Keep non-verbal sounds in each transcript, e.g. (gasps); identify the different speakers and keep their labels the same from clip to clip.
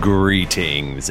Speaker 1: Greetings,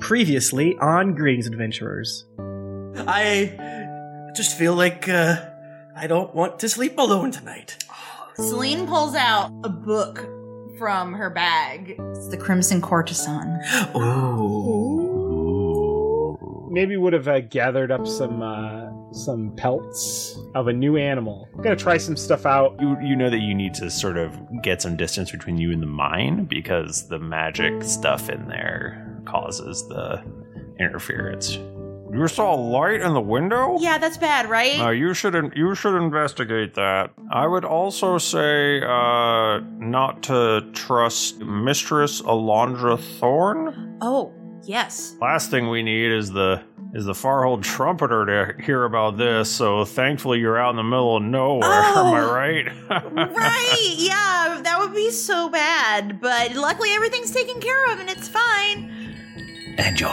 Speaker 2: Previously on Greetings Adventurers.
Speaker 3: I just feel like uh, I don't want to sleep alone tonight.
Speaker 4: Celine pulls out a book from her bag. It's The Crimson Courtesan.
Speaker 5: Maybe would have uh, gathered up some uh, some pelts of a new animal. I'm gonna try some stuff out.
Speaker 1: You, you know that you need to sort of get some distance between you and the mine because the magic stuff in there causes the interference. You saw a light in the window?
Speaker 4: Yeah, that's bad, right?
Speaker 1: Uh, you should in- you should investigate that. I would also say uh, not to trust Mistress Alondra Thorne.
Speaker 4: oh, yes.
Speaker 1: Last thing we need is the is the Farhold trumpeter to hear about this. So thankfully you're out in the middle of nowhere. Am I
Speaker 4: Oh.
Speaker 1: right?
Speaker 3: (laughs)
Speaker 4: right, yeah, that would be so bad, but luckily everything's taken care of and it's fine.
Speaker 3: And you're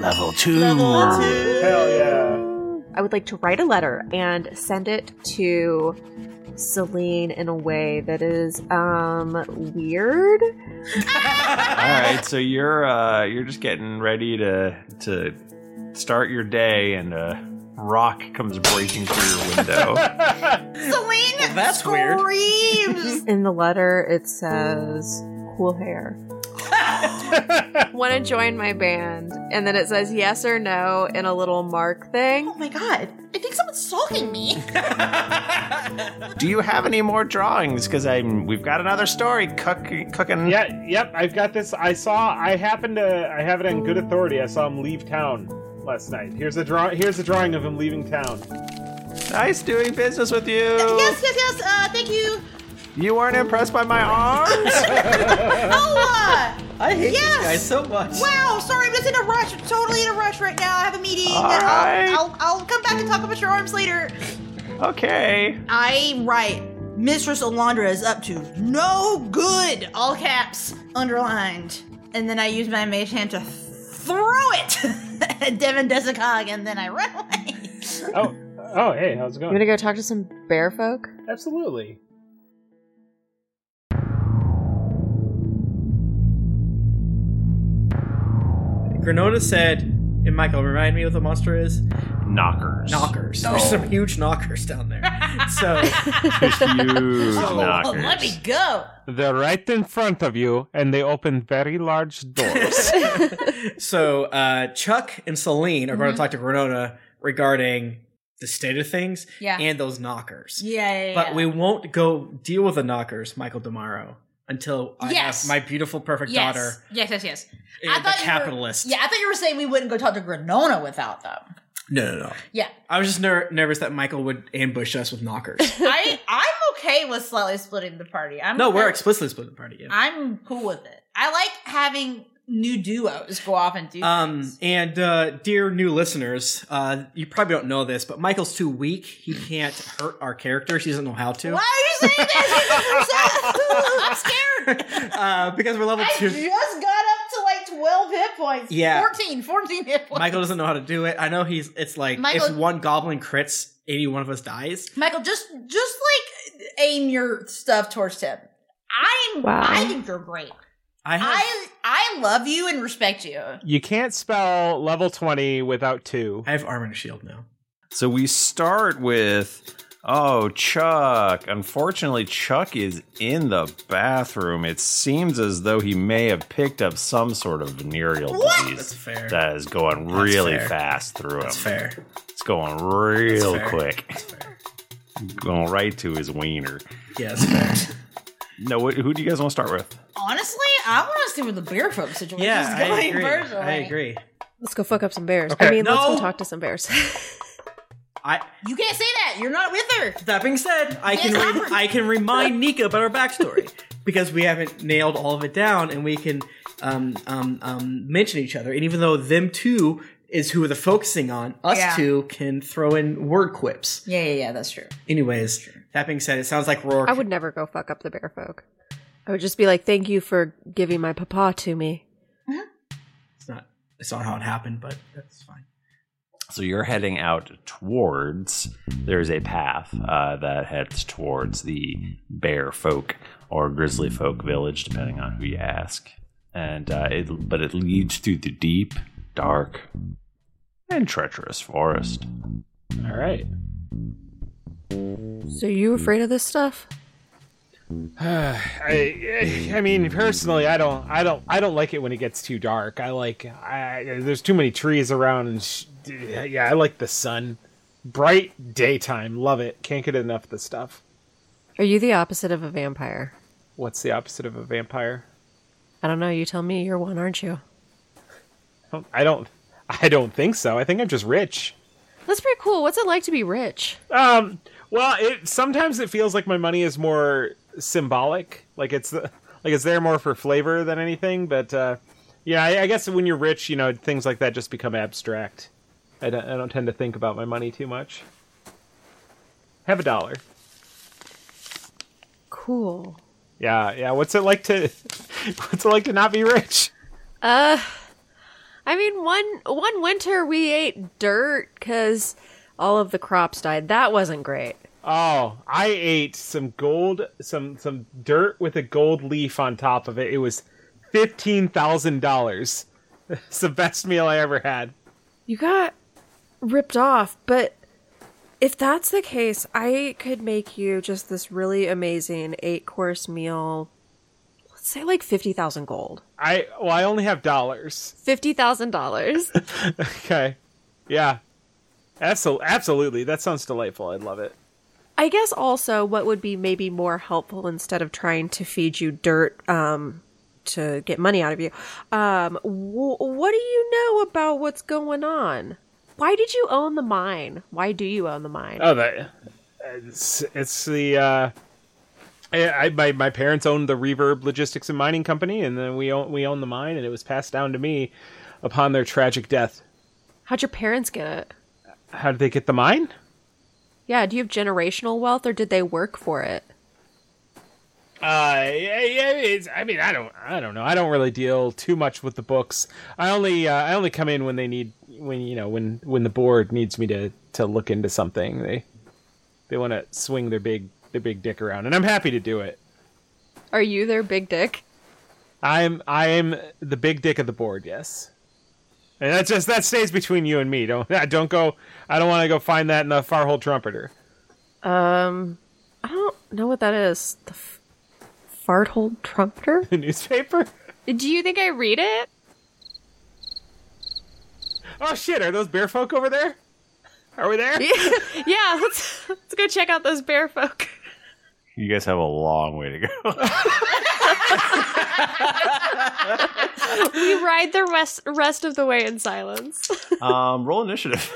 Speaker 3: level two.
Speaker 4: Level two.
Speaker 5: Hell yeah!
Speaker 6: I would like to write a letter and send it to Celine in a way that is um weird.
Speaker 3: (laughs)
Speaker 1: All right, so you're uh, you're just getting ready to to start your day, and a rock comes breaking through your window. (laughs)
Speaker 4: Celine
Speaker 3: Oh, that's
Speaker 4: (laughs)
Speaker 3: weird.
Speaker 4: screams.
Speaker 6: In the letter it says cool hair. (laughs) Wanna join my band? And then it says yes or no in a little mark thing.
Speaker 4: oh my god, I think someone's stalking
Speaker 3: (laughs)
Speaker 4: me.
Speaker 1: Do you have any more drawings? Because I'm we've got another story cook, cooking.
Speaker 5: yeah, yep. I've got this. I saw. I happened to. I have it on good authority. I saw him leave town last night. Here's a draw. Here's a drawing of him leaving town.
Speaker 1: Nice doing business with you.
Speaker 4: yes, yes, yes, uh, thank you.
Speaker 1: You weren't impressed by my
Speaker 2: (laughs)
Speaker 1: arms.
Speaker 4: Oh, uh,
Speaker 3: (laughs) I hate
Speaker 4: Yes!
Speaker 3: this guy so much.
Speaker 4: Wow, sorry, I'm just in a rush. I'm totally in a rush right now. I have a meeting.
Speaker 1: All
Speaker 4: I'll,
Speaker 1: right.
Speaker 4: I'll, I'll come back and talk about your arms later.
Speaker 1: okay.
Speaker 4: I write, Mistress Alondra is up to no good, all caps, underlined. And then I use my mage hand to throw it (laughs) at Devin Desicog, and then I run away.
Speaker 5: Oh, oh, hey, how's it
Speaker 6: You wanna
Speaker 5: going?
Speaker 6: go talk to some bear folk?
Speaker 5: Absolutely.
Speaker 2: Granota said, and Michael, remind me what the monster is?
Speaker 1: Knockers.
Speaker 2: Knockers. There's some huge knockers
Speaker 3: (laughs)
Speaker 2: down there. so,
Speaker 1: Huge
Speaker 4: Oh,
Speaker 1: knockers.
Speaker 4: let me go.
Speaker 5: They're right in front of you, and they open very large doors.
Speaker 2: (laughs) so uh, Chuck and Celine are going to talk to Granota regarding the state of things
Speaker 4: Yeah.
Speaker 2: and those knockers.
Speaker 4: Yeah, yeah,
Speaker 2: But we won't go deal with the knockers, Michael Demaro, until I
Speaker 4: Yes.
Speaker 2: have my beautiful, perfect daughter,
Speaker 4: Yes, yes, yes. I
Speaker 2: and the
Speaker 4: thought you were-
Speaker 2: capitalist.
Speaker 4: Yeah, I thought you were saying we wouldn't go talk to Granona without them.
Speaker 2: No, no, no.
Speaker 4: Yeah.
Speaker 2: I was just ner- nervous that Michael would ambush us with knockers. (laughs)
Speaker 4: I, I'm okay with slightly splitting the party. (laughs) I'm
Speaker 2: no,
Speaker 4: okay
Speaker 2: we're
Speaker 4: with-
Speaker 2: explicitly splitting the party. Yeah.
Speaker 4: I'm cool with it. I like having new duos go off and do
Speaker 2: Um,
Speaker 4: things.
Speaker 2: and uh, dear new listeners, uh, you probably don't know this, but Michael's too weak. He can't hurt our characters. He doesn't know how to.
Speaker 4: (laughs) Why are you saying that? (laughs) I'm scared.
Speaker 2: (laughs) Uh, because we're level
Speaker 4: I
Speaker 2: two.
Speaker 4: just got up to like 12 hit points.
Speaker 2: Yeah.
Speaker 4: 14, 14 hit points.
Speaker 2: Michael doesn't know how to do it. I know he's. It's like
Speaker 4: Michael-
Speaker 2: if one goblin crits, any one of us
Speaker 4: (laughs)
Speaker 2: dies.
Speaker 4: Michael, just just like aim your stuff towards Tim. I'm
Speaker 6: Wow.
Speaker 4: I think you're great.
Speaker 2: I have. I,
Speaker 4: I I love you and respect you.
Speaker 5: you can't spell level 20 without two.
Speaker 2: have armor and shield now.
Speaker 1: So we start with oh Chuck. Unfortunately, Chuck is in the bathroom. It seems as though he may have picked up some sort of venereal
Speaker 2: That's
Speaker 1: disease
Speaker 2: fair.
Speaker 1: that is going
Speaker 2: That's
Speaker 1: really
Speaker 2: fair.
Speaker 1: fast through
Speaker 2: That's
Speaker 1: him.
Speaker 2: fair.
Speaker 1: It's going real
Speaker 2: That's fair.
Speaker 1: quick.
Speaker 2: That's fair.
Speaker 1: (laughs) Going right to his
Speaker 2: (laughs)
Speaker 1: wiener.
Speaker 2: Yeah, that's fair.
Speaker 1: No, wh- who do you guys want to start with?
Speaker 4: Honestly, I want to see where the barefoot situation
Speaker 2: yeah,
Speaker 4: is
Speaker 2: I
Speaker 4: going
Speaker 2: agree.
Speaker 4: personally.
Speaker 2: I agree.
Speaker 6: Let's go fuck up some bears.
Speaker 5: Okay.
Speaker 6: I mean, let's
Speaker 2: No.
Speaker 6: go talk to some bears. (laughs)
Speaker 2: I.
Speaker 4: You can't say that. You're not with her.
Speaker 2: That being said, I can
Speaker 4: Yes,
Speaker 2: re-
Speaker 5: (laughs)
Speaker 4: I'm-
Speaker 2: I can remind Nika about our backstory. because we haven't nailed all of it down, and we can um, um, um, mention each other. And even though them two is who they're focusing on, us
Speaker 4: Yeah.
Speaker 2: two can throw in word quips.
Speaker 4: Yeah, yeah, yeah, that's true.
Speaker 2: Anyways, that being said, it sounds like Rourke.
Speaker 6: I would never go fuck up the bear folk. I would just be like, thank you for giving my papa to me.
Speaker 4: Mm-hmm.
Speaker 2: It's not. It's not how it happened, but that's fine.
Speaker 1: So you're heading out towards. There's a path uh, that heads towards the bear folk or grizzly folk village, depending on who you ask. And uh, it, but it leads through the deep, dark, and treacherous forest. All right.
Speaker 6: So you afraid of this stuff?
Speaker 5: (sighs) I, I mean, personally, I don't, I don't, I don't like it when it gets too dark. I like, I, there's too many trees around, and sh- yeah, I like the sun, bright daytime, love it. Can't get enough of the stuff.
Speaker 6: Are you the opposite of a vampire?
Speaker 5: What's the opposite of a vampire?
Speaker 6: I don't know. You tell me. You're one, aren't you?
Speaker 5: I don't, I don't, I don't think so. I think I'm just rich.
Speaker 6: That's pretty cool. What's it like to be rich?
Speaker 5: Um, well, it sometimes it feels like my money is more symbolic, like it's (laughs) the, like it's there more for flavor than anything. But uh, yeah, I, I guess when you're rich, you know, things like that just become abstract. I don't, I don't tend to think about my money too much. Have a dollar.
Speaker 6: Cool.
Speaker 5: Yeah, yeah. What's it like to, (laughs) what's it (laughs) like to not be rich?
Speaker 6: Uh, I mean, one one winter we ate dirt because all of the crops died. That wasn't great.
Speaker 5: Oh, I ate some gold, some some dirt with a gold leaf on top of it. It was fifteen thousand dollars. (laughs) It's the best meal I ever had.
Speaker 6: You got ripped off, but if that's the case, I could make you just this really amazing eight course meal. Let's say like 50,000 gold.
Speaker 5: I well, I only have dollars.
Speaker 6: $50,000.
Speaker 5: Okay, yeah, Absol- absolutely. That sounds delightful. I'd love it.
Speaker 6: (laughs) I guess also what would be maybe more helpful instead of trying to feed you dirt um to get money out of you. Um wh- what do you know about what's going on? Why did you own the mine? Why do you own the mine?
Speaker 5: Oh, that it's, it's the uh, I, I my, my parents owned the Reverb Logistics and Mining Company, and then we own we own the mine, and it was passed down to me upon their tragic death.
Speaker 6: How'd your parents get it?
Speaker 5: How did they get the mine?
Speaker 6: Yeah, do you have generational wealth or did they work for it?
Speaker 5: Uh, yeah, yeah, it's, I mean, I don't, I don't know. I don't really deal too much with the books. I only, uh, I only come in when they need, when you know, when when the board needs me to to look into something. They, they want to swing their big their big dick around, and I'm happy to do it.
Speaker 6: Are you their big dick?
Speaker 5: I'm I am the big dick of the board. Yes, and that's just that stays between you and me. Don't (laughs) don't go. I don't want to go find that in the Farhold Trumpeter.
Speaker 6: Um, I don't know what that is. The f- farthold trumpeter?
Speaker 5: The newspaper.
Speaker 6: do you think I read it?
Speaker 5: Oh shit! Are those bear folk over there? Are we there?
Speaker 6: Yeah, (laughs) let's let's go check out those bear folk. (laughs)
Speaker 1: You guys have a long way to (laughs) go.
Speaker 7: We ride the rest rest of the way in silence.
Speaker 1: um, roll initiative.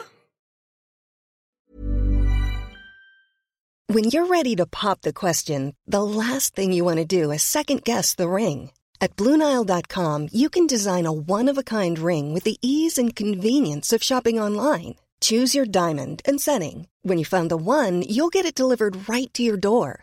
Speaker 8: When you're ready to pop the question, the last thing you want to do is second guess the ring. At Bluenile.com, you can design a one of a kind ring with the ease and convenience of shopping online. Choose your diamond and setting. When you find the one, you'll get it delivered right to your door.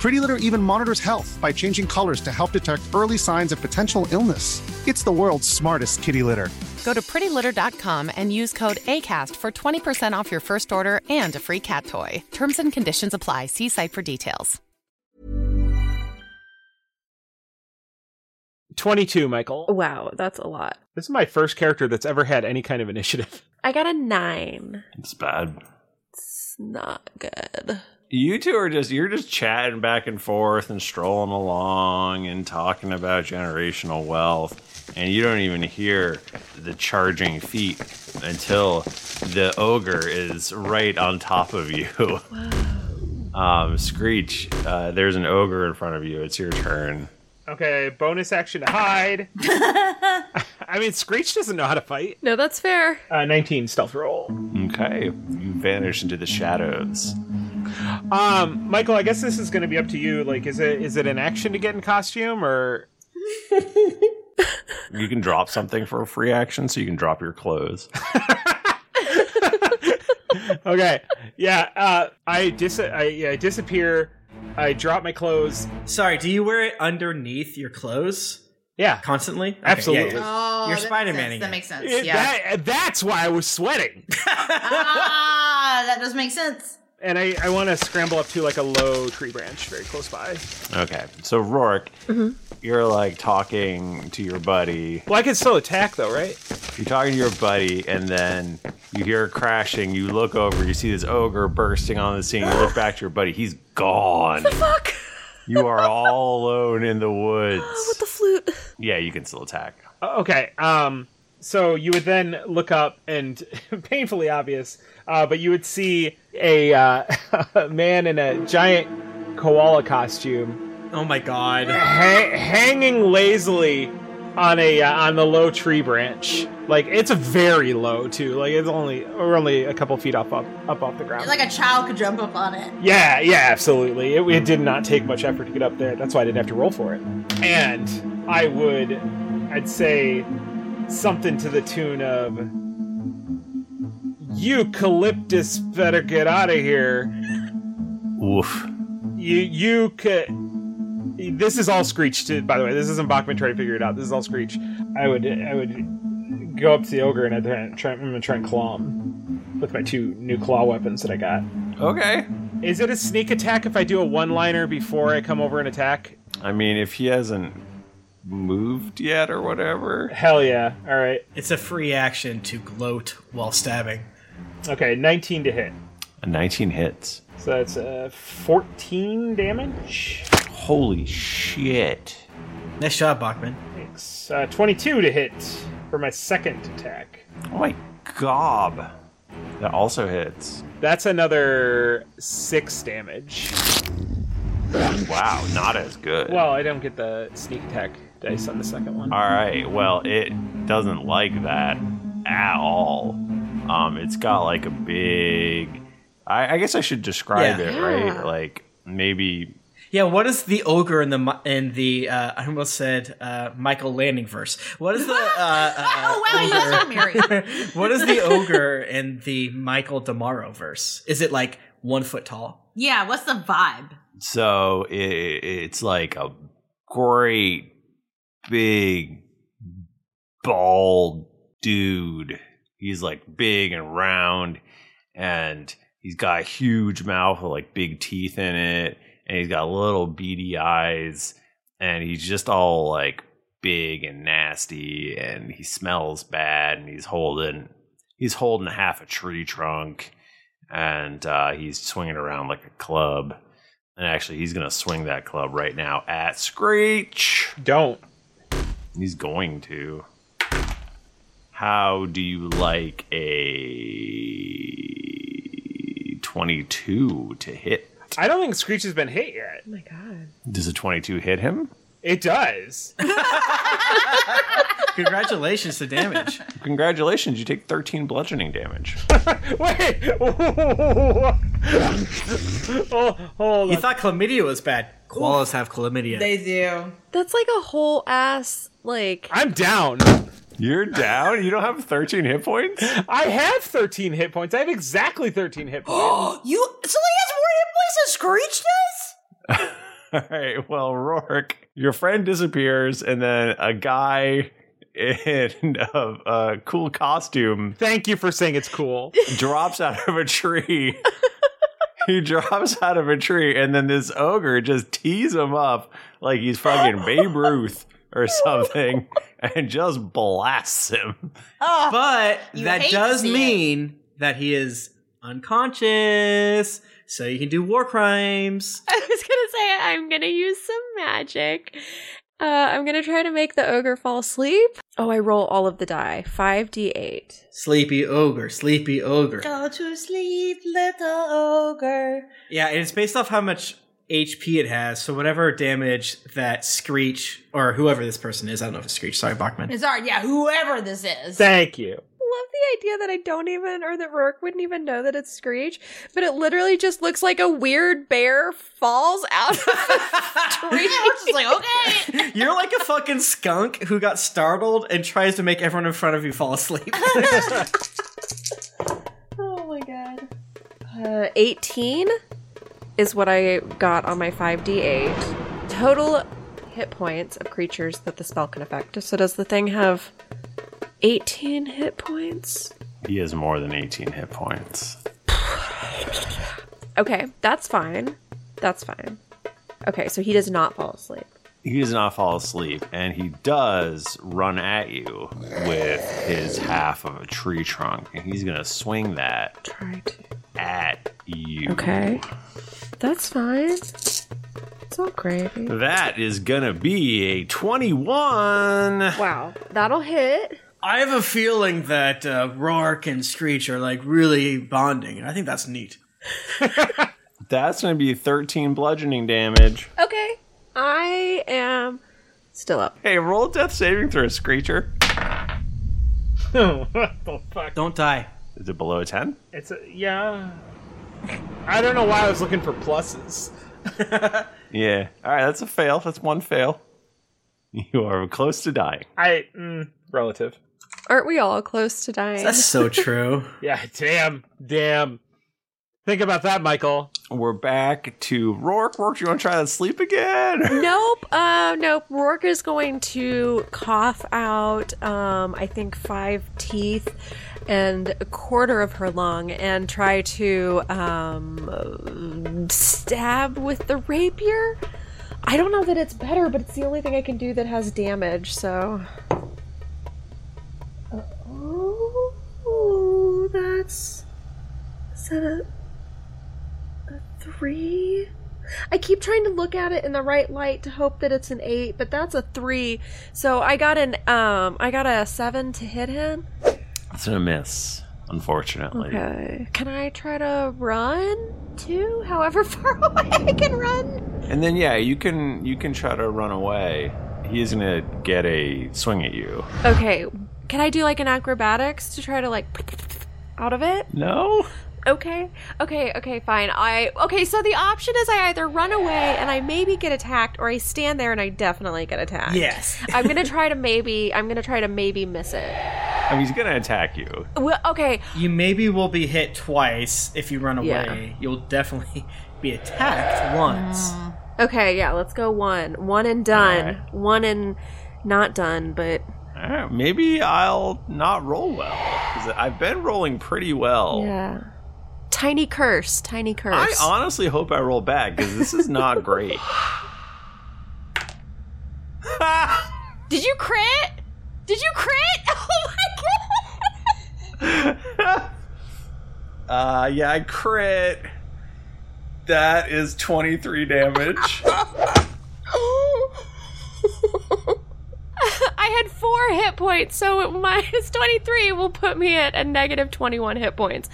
Speaker 9: Pretty Litter even monitors health by changing colors to help detect early signs of potential illness. It's the world's smartest kitty litter.
Speaker 10: Go to prettylitter.com and use code ACAST for 20% off your first order and a free cat toy. Terms and conditions apply. See site for details.
Speaker 5: 22, Michael.
Speaker 6: Wow, that's a lot.
Speaker 5: This is my first character that's ever had any kind of initiative. (laughs)
Speaker 6: I got a nine.
Speaker 1: It's bad.
Speaker 6: It's not good.
Speaker 1: You two are just you're just chatting back and forth and strolling along and talking about generational wealth, and you don't even hear the charging feet until the ogre is right on top of you. (laughs) Um, Screech, uh, there's an ogre in front of you. It's your turn.
Speaker 5: Okay, bonus action to hide. I mean, Screech doesn't know how to fight.
Speaker 7: (laughs) No, that's fair.
Speaker 5: Uh, 19 stealth roll.
Speaker 1: Okay, you vanish into the shadows.
Speaker 5: Um, Michael, I guess this is going to be up to you. Like, is it is it an action to get in costume
Speaker 7: (laughs)
Speaker 5: or?
Speaker 1: You can drop something for a free action, so you can drop your clothes.
Speaker 5: okay, yeah. Uh, I dis I, yeah, I disappear. I drop my clothes.
Speaker 2: Sorry, do you wear it underneath your clothes?
Speaker 5: Yeah,
Speaker 2: constantly. Okay,
Speaker 5: Absolutely.
Speaker 2: yeah, yeah.
Speaker 4: Oh,
Speaker 2: You're
Speaker 4: that makes
Speaker 2: Spider
Speaker 4: sense,
Speaker 2: Maning.
Speaker 4: That makes sense.
Speaker 5: It-
Speaker 4: yeah.
Speaker 5: that- that's why I was sweating.
Speaker 4: ah, that does make sense.
Speaker 5: And I, I want to scramble up to like a low tree branch very close by.
Speaker 1: Okay, so Rourke,
Speaker 6: Mm-hmm.
Speaker 1: you're like talking to your buddy.
Speaker 5: Well, I can still attack though, right?
Speaker 1: You're talking to your buddy, and then you hear a crashing. You look over, you see this ogre bursting on the scene. You look back to your buddy, he's gone.
Speaker 6: fuck?
Speaker 1: You are all alone in the
Speaker 6: (gasps)
Speaker 1: woods.
Speaker 6: The flute.
Speaker 1: Yeah, you can still attack.
Speaker 5: Uh, Okay. Um. So you would then look up, and (laughs) painfully obvious, uh, but you would see a uh, (laughs) a man in a giant koala costume.
Speaker 2: Oh my god!
Speaker 5: hanging lazily on a uh, on the low tree branch. Like it's very low too. Like it's only we're only a couple feet up up up off the ground.
Speaker 4: Like a child could jump up on it.
Speaker 5: Yeah, yeah, absolutely. It, it did not take much effort to get up there. That's why I didn't have to roll for it. And I would, I'd say something to the tune of Eucalyptus better get out of here.
Speaker 1: Woof.
Speaker 5: You, you could. This is all Screech, to, by the way. This isn't Bachman trying to figure it out. This is all Screech. I would, I would go up to the ogre and I'd try, try, I'm gonna try and claw him with my two new claw weapons that I got.
Speaker 1: Okay.
Speaker 5: Is it a sneak attack if I do a one liner before I come over and attack?
Speaker 1: I mean, if he hasn't moved yet or whatever.
Speaker 5: Hell yeah. All right.
Speaker 2: It's a free action to gloat while stabbing.
Speaker 5: Okay, 19 to hit.
Speaker 1: A 19 hits.
Speaker 5: So that's uh, 14 damage.
Speaker 1: Holy shit.
Speaker 2: Nice job, Bachman.
Speaker 5: Thanks. Uh, 22 to hit for my second attack.
Speaker 1: Oh my gob. That also hits.
Speaker 5: That's another 6 damage.
Speaker 1: Wow, not as good.
Speaker 5: Well, I don't get the sneak attack dice on the second one.
Speaker 1: All right. Well, it doesn't like that at all. Um, it's got like a big. I, I guess I should describe
Speaker 2: Yeah.
Speaker 1: it right.
Speaker 2: Yeah.
Speaker 1: Like maybe
Speaker 2: Yeah, what is the ogre in the mi- in the uh, I almost said uh, Michael Landing verse? What is the uh, uh, ogre- (laughs) what is the ogre in the Michael Damaro verse? Is it like one foot tall?
Speaker 4: Yeah, what's the vibe?
Speaker 1: so. i it's like a great big bald dude. He's like big and round, and he's got a huge mouth with like big teeth in it, and he's got little beady eyes, and he's just all like big and nasty, and he smells bad, and he's holding he's holding half a tree trunk, and uh, he's swinging around like a club. And actually, he's gonna swing that club right now at Screech.
Speaker 5: Don't.
Speaker 1: He's going to. How do you like a 22 to hit?
Speaker 5: I don't think Screech has been hit yet.
Speaker 6: Oh my god.
Speaker 1: Does a 22 hit him?
Speaker 5: It does. (laughs)
Speaker 1: Congratulations to damage. Congratulations, you take 13 bludgeoning damage.
Speaker 5: Wait. (laughs) oh,
Speaker 2: you thought chlamydia was bad. Koalas have chlamydia.
Speaker 4: do.
Speaker 6: That's like a whole ass like (laughs)
Speaker 5: I'm down.
Speaker 1: You're down? You don't have 13 hit points?
Speaker 5: I have 13 hit points. I have exactly 13 hit
Speaker 6: (gasps)
Speaker 5: points. (laughs)
Speaker 4: you somebody has more hit points than Screech does?
Speaker 1: (laughs) All right. Well, Rourke, your friend disappears, and then a guy in (laughs) a, a cool costume.
Speaker 5: Thank you for saying it's cool.
Speaker 1: (laughs) Drops out of a tree. (laughs) he drops out of a tree, and then this ogre just tees him up like he's fucking Babe Ruth
Speaker 5: (laughs)
Speaker 1: or something, and just blasts him.
Speaker 2: but
Speaker 1: Ah, you
Speaker 2: that
Speaker 1: hate to
Speaker 2: does
Speaker 1: see it.
Speaker 2: mean that he is unconscious, so you can do war crimes.
Speaker 7: I was gonna say I'm gonna use some magic. Uh, I'm gonna try to make the ogre fall asleep.
Speaker 6: Oh, I roll all of the die. 5d8.
Speaker 2: Sleepy ogre, sleepy ogre.
Speaker 4: Go to sleep, little ogre.
Speaker 2: Yeah, and it's based off how much HP it has. So whatever damage that Screech or whoever this person is, I don't know if it's Screech. Sorry, Bachman.
Speaker 4: It's all right, yeah, whoever this is.
Speaker 5: Thank you.
Speaker 6: Love the idea that I don't even, or that Rourke wouldn't even know that it's Screech, but it literally just looks like a weird bear falls out
Speaker 5: (laughs)
Speaker 6: of a tree.
Speaker 2: You're like a fucking skunk who got startled and tries to make everyone in front of you fall
Speaker 4: (laughs)
Speaker 2: asleep.
Speaker 6: Oh my god. Uh, 18 is what I got on my 5d8. Total hit points of creatures that the spell can affect. So does the thing have 18 hit points?
Speaker 1: He has more than 18 hit points.
Speaker 6: Okay, that's fine. That's fine. Okay, so he does not fall asleep.
Speaker 1: He does not fall asleep, and he does run at you with his half of a tree trunk, and he's gonna swing that at you.
Speaker 6: Okay. That's fine. It's all gravy.
Speaker 1: That is gonna be a 21.
Speaker 6: Wow. That'll hit.
Speaker 2: I have a feeling that uh, Rourke and Screech are like really bonding, and I think that's neat.
Speaker 1: That's gonna be 13 bludgeoning damage.
Speaker 6: Okay. I am still up.
Speaker 1: Hey, roll death saving throw, Screecher.
Speaker 5: what the fuck?
Speaker 2: Don't die.
Speaker 1: Is it below a 10?
Speaker 5: It's a, yeah. I don't know why I was looking for pluses.
Speaker 1: Yeah. All right, that's a fail. That's one fail. (laughs) You are close to dying.
Speaker 5: I mm, relative.
Speaker 6: Aren't we all close to dying?
Speaker 7: (laughs)
Speaker 1: true.
Speaker 5: Yeah, damn, damn. Think about that, Michael.
Speaker 1: We're back to Rourke. Rourke, you want to try to sleep again?
Speaker 6: nope. Uh, nope. Rourke is going to cough out, um, I think, five teeth and a quarter of her lung and try to um, stab with the rapier. I don't know that it's better, but it's the only thing I can do that has damage, so. Oh, that's. Is that a. three. I keep trying to look at it in the right light to hope that it's an eight, but that's a three. So I got an um, I got a seven to hit him.
Speaker 1: That's a miss, unfortunately.
Speaker 6: Okay. Can I try to run too? However (laughs) far away I can run.
Speaker 1: And then yeah, you can you can try to run away. He is gonna get a swing at you.
Speaker 6: Okay. Can I do like an acrobatics to try to like (laughs) out of it?
Speaker 1: No?
Speaker 6: Okay. Okay. Okay. Fine. I. Okay. So the option is I either run away and I maybe get attacked, or I stand there and I definitely get attacked.
Speaker 1: Yes.
Speaker 6: I'm gonna try to maybe. I'm gonna try to maybe miss it.
Speaker 1: I mean he's gonna attack you.
Speaker 6: Well, okay.
Speaker 2: You maybe will be hit twice if you run away.
Speaker 6: Yeah.
Speaker 2: You'll definitely be attacked once.
Speaker 4: Mm.
Speaker 6: Okay. Yeah. Let's go one. One and done. One and not done. But
Speaker 1: Alright, maybe I'll not roll well. 'cause I've been rolling pretty well.
Speaker 6: yeah. Tiny curse. Tiny curse.
Speaker 1: I honestly hope I roll bad because this is not great.
Speaker 7: Did you crit? Did you crit? (laughs) Oh my god!
Speaker 1: Uh, yeah, I crit. That is 23 damage.
Speaker 7: I had four hit points, so it- minus 23 will put me at a negative 21 hit points.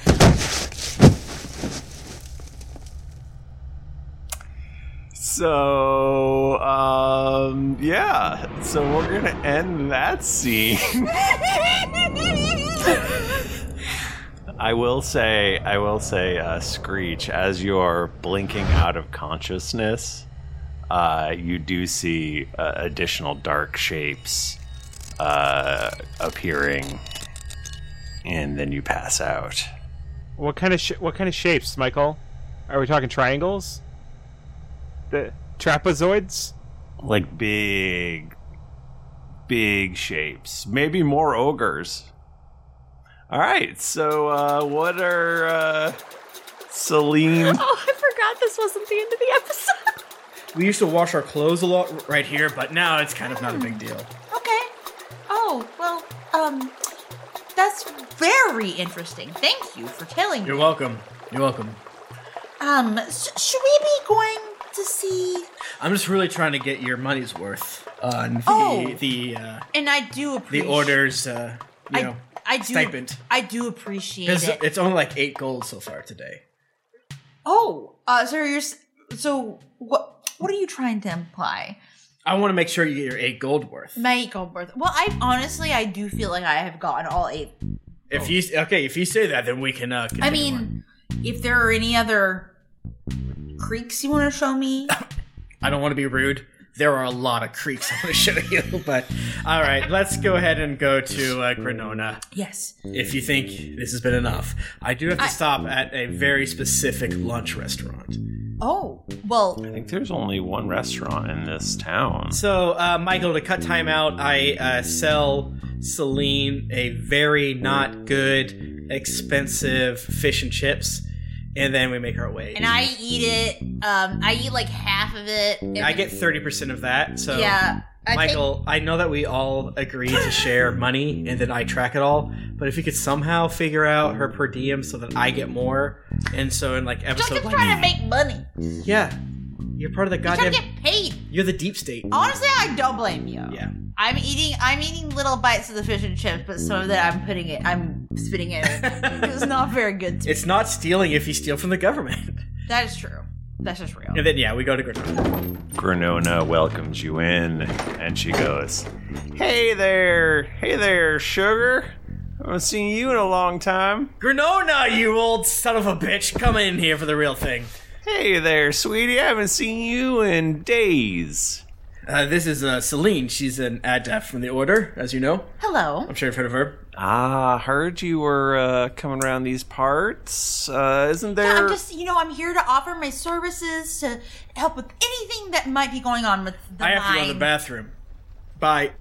Speaker 1: So, um, yeah. So we're gonna end that scene. (laughs) I will say, I will say, uh, Screech, as you are blinking out of consciousness, uh, you do see uh, additional dark shapes uh, appearing, and then you pass out.
Speaker 5: What kind of sh- what kind of shapes, Michael? Are we talking triangles? The trapezoids?
Speaker 1: Like big, big shapes. Maybe more ogres. All right. So, uh, what are uh,
Speaker 5: Mm.
Speaker 1: Celine?
Speaker 7: (laughs) Oh, I forgot this wasn't the end of the episode. (laughs)
Speaker 2: We used to wash our clothes a lot right here, but now it's kind of not a big deal.
Speaker 4: Okay. Oh, well, um, that's very interesting. Thank you for telling me.
Speaker 2: You're welcome. You're welcome.
Speaker 4: Um, sh- should we be going to see.
Speaker 2: I'm just really trying to get your money's worth on the
Speaker 4: Oh.
Speaker 2: the uh,
Speaker 4: And I do
Speaker 2: the
Speaker 4: appreciate.
Speaker 2: orders. Uh, you
Speaker 4: I-
Speaker 2: know,
Speaker 4: I do,
Speaker 2: stipend.
Speaker 4: I do appreciate
Speaker 2: 'Cause
Speaker 4: it.
Speaker 2: it's only like eight gold so far today.
Speaker 4: Oh, uh, so you're s- so what? What are you trying to imply?
Speaker 2: I want to make sure you get your eight gold worth.
Speaker 4: My equal birth. Well, I honestly, I do feel like I have gotten all eight.
Speaker 2: If you okay, if you say that, then we can. Uh,
Speaker 4: Oh. I
Speaker 2: continue on.
Speaker 4: mean, if there are any other creeks you want to
Speaker 2: (coughs)
Speaker 4: show me,
Speaker 2: I don't want to be rude. There are a lot of creeks I want to (laughs) show you, but all right, let's go ahead and go to uh, Granona.
Speaker 4: Yes.
Speaker 2: If you think this has been enough, I do have to stop at a very specific lunch restaurant.
Speaker 4: oh, well,
Speaker 1: I think there's only one restaurant in this town.
Speaker 2: So, uh, Michael, to cut time out, I uh, sell Celine a very not good, expensive fish and chips, and then we make our way.
Speaker 4: and I eat it. Um, I eat like half of it. and
Speaker 2: I get thirty percent of that. So
Speaker 4: Yeah, I take-
Speaker 2: Michael, I know that we all agreed to
Speaker 4: (laughs)
Speaker 2: share money, and then I track it all. But if you could somehow figure out her per diem so that I get more, and so in like episode,
Speaker 4: I'm
Speaker 2: like,
Speaker 4: trying to make money.
Speaker 2: yeah, you're part of the
Speaker 4: I'm trying
Speaker 2: goddamn.
Speaker 4: to get paid.
Speaker 2: You're the deep state.
Speaker 4: Honestly, I don't blame you.
Speaker 2: Yeah.
Speaker 4: I'm eating. I'm eating little bites of the fish and chips, but some of that I'm putting it. I'm spitting it.
Speaker 2: (laughs)
Speaker 4: it's not very good. To me.
Speaker 2: It's not stealing if you steal from the
Speaker 4: (laughs)
Speaker 2: government.
Speaker 4: That is true. That's just real.
Speaker 2: And then yeah, we go to Granada.
Speaker 1: Granona welcomes you in, and she goes, Hey there, hey there, sugar. I haven't seen you in a long time.
Speaker 2: Granona, you old son of a bitch, come in here for the real thing.
Speaker 1: Hey there, sweetie. I haven't seen you in days.
Speaker 2: Uh, this is uh, Celine. She's an adept from the order, as you know.
Speaker 4: Hello.
Speaker 2: I'm sure you've heard of her.
Speaker 1: Ah, heard you were uh, coming around these parts. Uh, isn't
Speaker 4: Yeah,
Speaker 1: there?
Speaker 4: I'm just, you know, I'm here to offer my services to help with anything that might be going on with the
Speaker 2: I
Speaker 4: mind.
Speaker 2: have to go to the bathroom. Bye.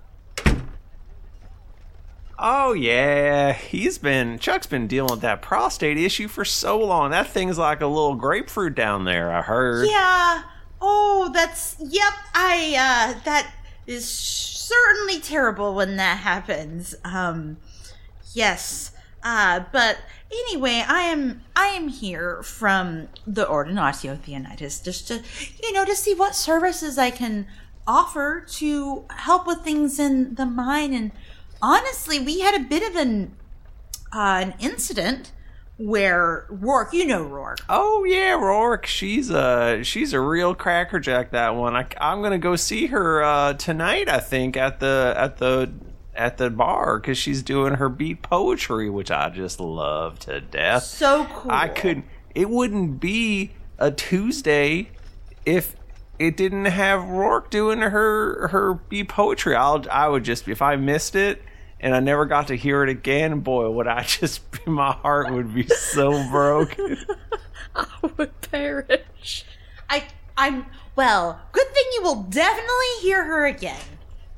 Speaker 1: Oh yeah, he's been Chuck's been dealing with that prostate issue for so long. That thing's like a little grapefruit down there. I heard.
Speaker 4: Yeah. Oh, that's yep. I uh that is certainly terrible when that happens. Um yes. Uh but anyway, I am I am here from the Ordinatio Theonitis just to you know to see what services I can offer to help with things in the mine and honestly, we had a bit of an uh, an incident where Rourke, you know Rourke.
Speaker 1: Oh yeah, Rourke. She's a she's a real crackerjack. That one. I, I'm gonna go see her uh, tonight. I think at the at the at the bar because she's doing her beat poetry, which I just love to death.
Speaker 4: So cool.
Speaker 1: I couldn't. It wouldn't be a Tuesday if it didn't have Rourke doing her her beat poetry. I'll I would just if I missed it. And I never got to hear it again. Boy, would I (laughs) just my heart would be so broken.
Speaker 4: perish. I I'm well, good thing you will definitely hear her again.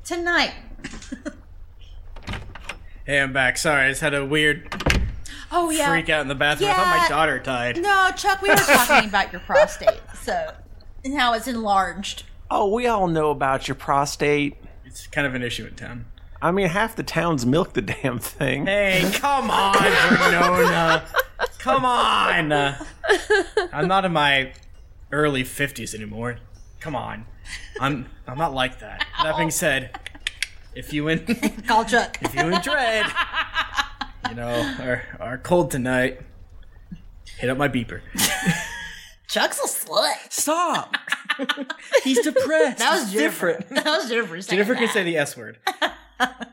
Speaker 4: Tonight.
Speaker 2: Hey, I'm back. Sorry, I just had a weird
Speaker 4: Oh yeah.
Speaker 2: freak out in the bathroom. I thought
Speaker 4: Yeah.
Speaker 2: my daughter died.
Speaker 4: No, Chuck, we were talking about your prostate. So now it's enlarged. (laughs)
Speaker 1: Oh, we all know about your prostate.
Speaker 2: It's kind of an issue in town.
Speaker 1: I mean, half the town's milked the damn thing. (laughs)
Speaker 2: Hey, come on, Renona. Come on. Uh, I'm not in my early 50s anymore. Come on. I'm I'm not like that. That being said, if you in
Speaker 4: Call Chuck.
Speaker 2: if you in dread, you know, are are cold tonight, hit up my beeper.
Speaker 4: Chuck's a slut.
Speaker 2: Stop. He's depressed.
Speaker 4: That was
Speaker 2: It's
Speaker 4: Jennifer.
Speaker 2: different.
Speaker 4: That was Jennifer. saying
Speaker 2: Jennifer can
Speaker 4: that.
Speaker 2: say the S word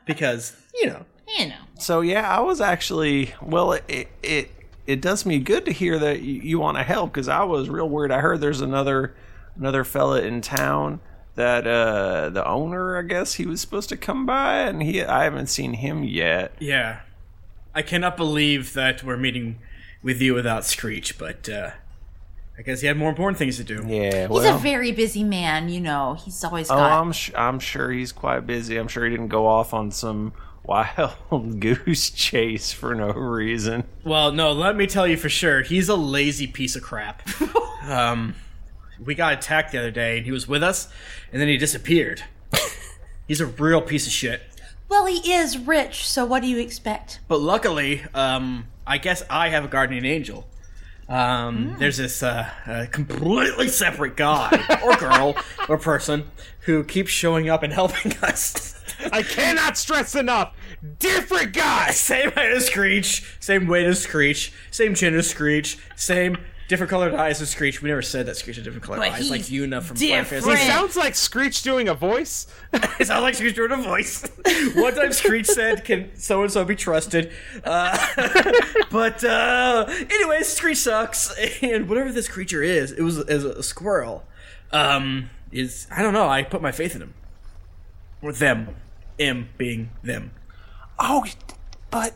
Speaker 2: because you know.
Speaker 4: You know.
Speaker 1: So yeah, I was actually well. It it it does me good to hear that you, you want to help because I was real worried. I heard there's another another fella in town that uh the owner, I guess, he was supposed to come by, and he I haven't seen him yet.
Speaker 2: Yeah, I cannot believe that we're meeting with you without Screech, but uh, I guess he had more important things to do.
Speaker 1: Yeah,
Speaker 4: He's a very busy man, you know. He's always
Speaker 1: Oh,
Speaker 4: got.
Speaker 1: I'm sh- I'm sure he's quite busy. I'm sure he didn't go off on some (laughs) wild goose chase for no reason.
Speaker 2: Well, no, let me tell you for sure, he's a lazy piece of
Speaker 4: (laughs)
Speaker 2: crap. um, we got attacked the other day, and he was with us, and then he disappeared. he's a real piece of shit.
Speaker 4: well, he is rich, so what do you expect?
Speaker 2: But luckily, um, I guess I have a guardian angel. Um,
Speaker 5: Hmm.
Speaker 2: There's this uh, uh, completely separate guy
Speaker 5: (laughs)
Speaker 2: or girl or person who keeps showing up and helping (laughs) us. I cannot stress enough. Different guy. Same height as Screech. Same weight as Screech. Same chin as Screech. Same different colored eyes as Screech. We never said that Screech had different colored
Speaker 5: But
Speaker 2: eyes, like
Speaker 5: he's
Speaker 2: Yuna from
Speaker 5: different.
Speaker 2: Final
Speaker 5: He sounds
Speaker 2: like Screech doing a (laughs) voice. it sounds like Screech doing a voice. One time Screech said, "Can so and so be trusted?" Uh, (laughs) but uh, anyway, Screech sucks, and whatever this creature is, it was as a squirrel. Um, is I don't know. I put my faith in him or them, him being them.
Speaker 1: Oh, but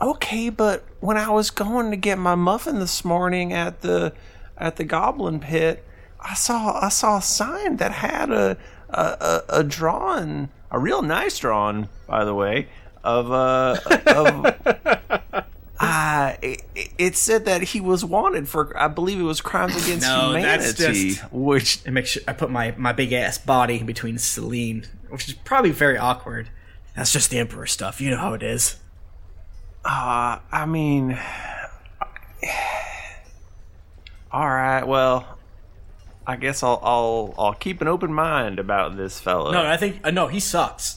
Speaker 1: okay, but when I was going to get my muffin this morning at the at the Goblin Pit, I saw I saw a sign that had a a, a, a drawing, a real nice drawing, by the way, of uh of. (laughs) Uh, it, it said that he was wanted for, I believe it was
Speaker 2: (laughs)
Speaker 1: crimes against
Speaker 2: No,
Speaker 1: humanity.
Speaker 2: that's just
Speaker 1: which
Speaker 2: I make sure I put my my big ass body between Celine, which is probably very awkward. That's just the Emperor stuff. You know how it is.
Speaker 1: Uh, I mean, all right. Well, I guess I'll I'll I'll keep an open mind about this fellow.
Speaker 2: No, I think uh, no. He sucks.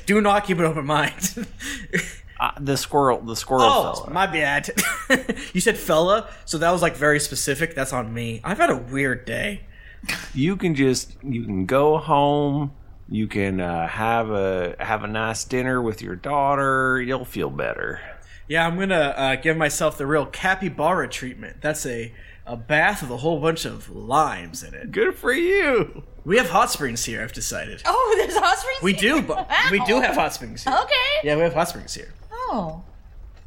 Speaker 2: (laughs) Do not keep an open mind.
Speaker 1: uh, the squirrel, the squirrel
Speaker 2: oh,
Speaker 1: fellow.
Speaker 2: my bad. (laughs) you said fella, so that was like very specific. That's on me. I've had a weird day.
Speaker 1: You can just you can go home. You can uh, have a have a nice dinner with your daughter. You'll feel better.
Speaker 2: Yeah, I'm gonna uh, give myself the real capybara treatment. That's a a bath with a whole bunch of limes in it.
Speaker 1: Good for you.
Speaker 2: We have hot springs here. I've decided.
Speaker 4: Oh, there's hot springs. (laughs)
Speaker 2: We do, but we do have hot springs here.
Speaker 4: Okay.
Speaker 2: Yeah, we have hot springs here.
Speaker 4: Oh.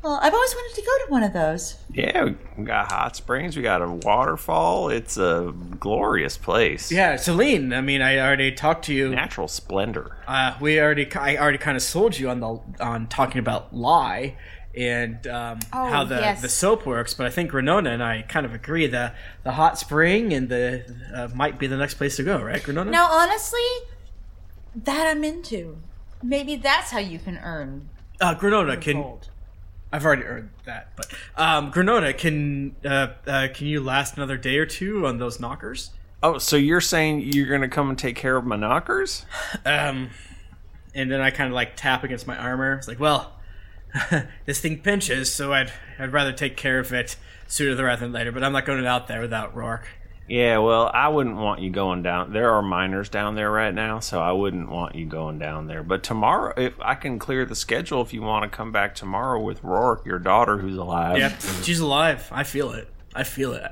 Speaker 4: Well, I've always wanted to go to one of those.
Speaker 1: Yeah, we got hot springs. We got a waterfall. It's a glorious place.
Speaker 2: Yeah, Celine. I mean, I already talked to you.
Speaker 1: Natural splendor.
Speaker 2: Uh, we already, I already kind of sold you on the on talking about lie and um,
Speaker 4: Oh,
Speaker 2: how the
Speaker 4: yes.
Speaker 2: the soap works. But I think Renona and I kind of agree that the hot spring and the uh, might be the next place to go, right, Renona?
Speaker 4: Now, honestly, that I'm into. Maybe that's how you can earn.
Speaker 2: uh, Granona can. I've already earned that, but um, Granona can uh, uh, can you last another day or two on those knockers?
Speaker 1: Oh, so you're saying you're gonna come and take care of my knockers?
Speaker 2: Um, and then I kind of like tap against my armor. It's like, well, (laughs) this thing pinches, so I'd I'd rather take care of it sooner rather than later. But I'm not going out there without Rourke.
Speaker 1: Yeah, well, I wouldn't want you going down. There are miners down there right now, so I wouldn't want you going down there. But tomorrow, if I can clear the schedule, if you want to come back tomorrow with Rourke, your daughter who's alive.
Speaker 2: yeah, she's alive. I feel it. I feel it.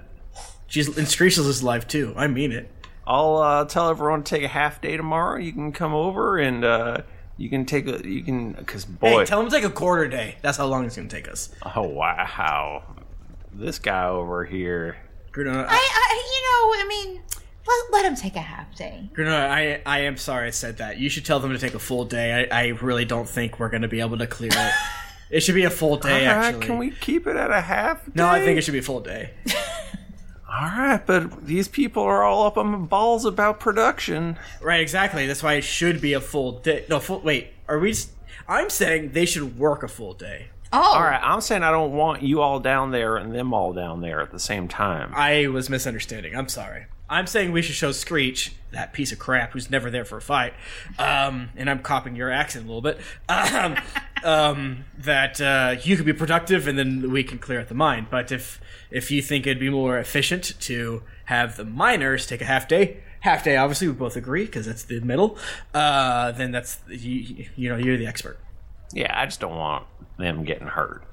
Speaker 2: She's and Screechel's is alive too. I mean it.
Speaker 1: I'll uh, tell everyone to take a half day tomorrow. You can come over and uh, you can take a you can because boy,
Speaker 2: Hey, tell him to take a quarter day. That's how long it's going to take us.
Speaker 1: oh wow, this guy over here.
Speaker 2: Grunona,
Speaker 4: I, I, you know, I mean, let, let him take a half day.
Speaker 2: Grunona, I I am sorry I said that. You should tell them to take a full day. I, I really don't think we're going to be able to clear
Speaker 1: (laughs)
Speaker 2: it. it should be a full day.
Speaker 1: All right,
Speaker 2: actually,
Speaker 1: can we keep it at a half? Day?
Speaker 2: No, I think it should be a full day.
Speaker 1: (laughs) All right, but these people are all up on my balls about production.
Speaker 2: Right, exactly. That's why it should be a full day. No, full. Wait, are we? s- I'm saying they should work a full day.
Speaker 4: Oh.
Speaker 1: All right, I'm saying I don't want you all down there and them all down there at the same time.
Speaker 2: I was misunderstanding. I'm sorry. I'm saying we should show Screech, that piece of crap who's never there for a fight, um, and I'm copying your accent a little bit, (laughs) um, um, that uh, you could be productive and then we can clear out the mine. But if if you think it'd be more efficient to have the miners take a half day, half day. Obviously, we both agree because that's the middle. Uh, then that's you, you know you're the expert.
Speaker 1: Yeah, I just don't want them getting hurt.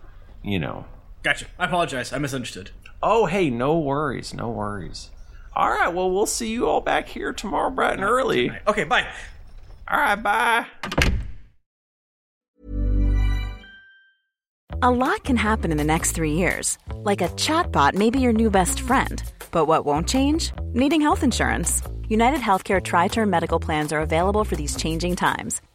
Speaker 1: You know.
Speaker 2: Gotcha. I apologize. I misunderstood.
Speaker 1: Oh, hey, no worries, no worries. All right, well, we'll see you all back here tomorrow bright and early.
Speaker 2: Okay, bye.
Speaker 1: All right, bye.
Speaker 11: A lot can happen in the next three years. Like a chatbot may be your new best friend. But what won't change? Needing health insurance. United Healthcare Tri Term Medical Plans are available for these changing times.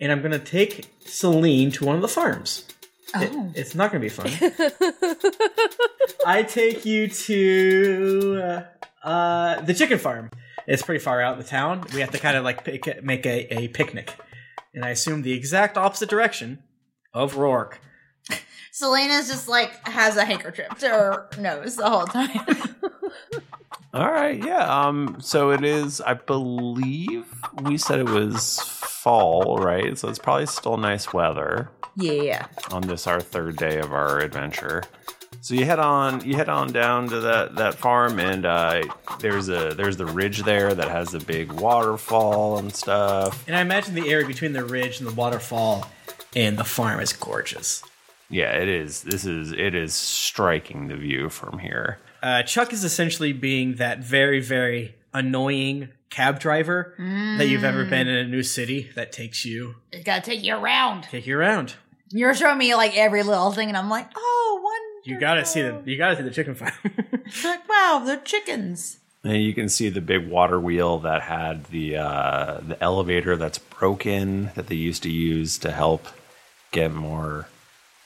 Speaker 2: And I'm gonna take Celine to one of the farms. It- it's not gonna be fun. I take you to uh, uh, the chicken farm. It's pretty far out in the town. We have to kind of like pick, make a, a picnic, and I assume the exact opposite direction of Rourke.
Speaker 4: Selena's just like has a handkerchief to her nose the whole time. (laughs)
Speaker 1: All right, yeah. Um, so it is. I believe we said it was fall, right? So it's probably still nice weather
Speaker 4: Yeah.
Speaker 1: on this our third day of our adventure. So you head on, you head on down to that that farm, and uh, there's a there's the ridge there that has a big waterfall and stuff.
Speaker 2: And I imagine the area between the ridge and the waterfall and the farm is gorgeous.
Speaker 1: Yeah, it is. This is it is striking the view from here.
Speaker 2: Uh, Chuck is essentially being that very, very annoying cab driver that you've ever
Speaker 4: Mm.
Speaker 2: been in a new city that takes you
Speaker 4: It's gotta take you around.
Speaker 2: take you around.
Speaker 4: You're showing me like every little thing, and I'm like, oh, one.
Speaker 2: You gotta see them. You gotta see the chicken farm. (laughs)
Speaker 4: It's like, wow, they're chickens.
Speaker 1: And you can see the big water wheel that had the uh, the elevator that's broken that they used to use to help get more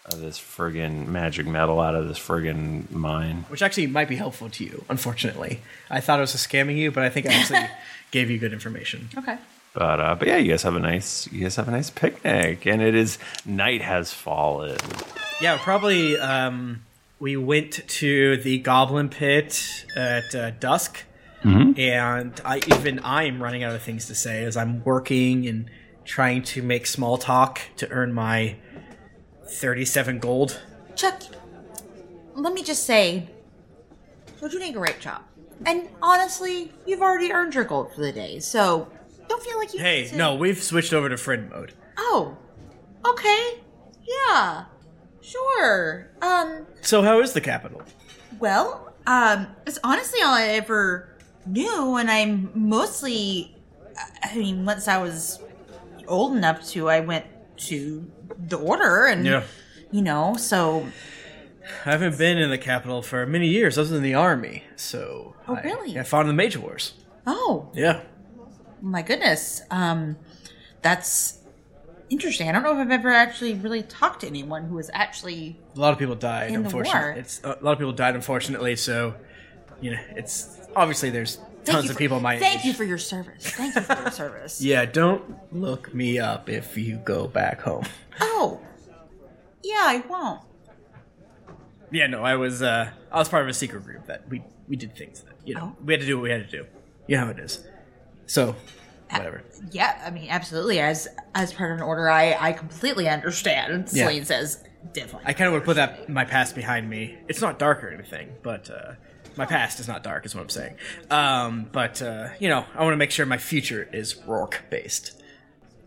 Speaker 1: of this friggin' magic metal out of this friggin' mine.
Speaker 2: Which actually might be helpful to you, unfortunately. I thought I was just scamming you, but I think I actually gave you good information.
Speaker 4: Okay.
Speaker 1: But uh, but yeah, you guys have a nice you guys have a nice picnic, and it is night has fallen.
Speaker 2: Yeah, probably um, we went to the Goblin Pit at uh, dusk,
Speaker 1: Mhm.
Speaker 2: and I even I am running out of things to say as I'm working and trying to make small talk to earn my thirty-seven gold.
Speaker 4: Chuck, let me just say, you're doing a great job. And honestly, you've already earned your gold for the day, so don't feel like you.
Speaker 2: Hey, no, we've switched over to friend mode.
Speaker 4: Oh, okay, yeah, sure. Um,
Speaker 2: So how is the capital?
Speaker 4: well, um, it's honestly all I ever knew, and I'm mostly, I- I mean, once I was old enough to, I went to the order, and
Speaker 2: Yeah.
Speaker 4: you know, so.
Speaker 2: I haven't been in the capital for many years, other than the army. So
Speaker 4: Oh,
Speaker 2: I-
Speaker 4: really?
Speaker 2: I found the Mage Wars.
Speaker 4: Oh,
Speaker 2: Yeah.
Speaker 4: My goodness. Um that's Interesting. I don't know if I've ever actually really talked to anyone who was actually.
Speaker 2: A lot of people died.
Speaker 4: In the war.
Speaker 2: unfortunately, it's a lot of people died. Unfortunately, so you know, it's obviously there's
Speaker 4: Thank
Speaker 2: tons
Speaker 4: you
Speaker 2: of
Speaker 4: for-
Speaker 2: people my
Speaker 4: Thank you for your service. Thank you for your
Speaker 2: (laughs)
Speaker 4: service.
Speaker 2: Yeah, don't look me up if you go back home. (laughs)
Speaker 4: Oh, yeah, I won't.
Speaker 2: Yeah, no, I was uh I was part of a secret group that we we did things that you
Speaker 4: Oh.
Speaker 2: know we had to do what we had to do. You know how it is. So whatever.
Speaker 4: Yeah, I mean, absolutely. As as part of an order, I I completely understand.
Speaker 2: Yeah.
Speaker 4: Celine says definitely.
Speaker 2: I kind of want to put that my past behind me. It's not dark or anything, but uh, my
Speaker 4: Oh.
Speaker 2: past is not dark, is what I'm saying. Um, but uh, you know, I want to make sure my future is Rourke based.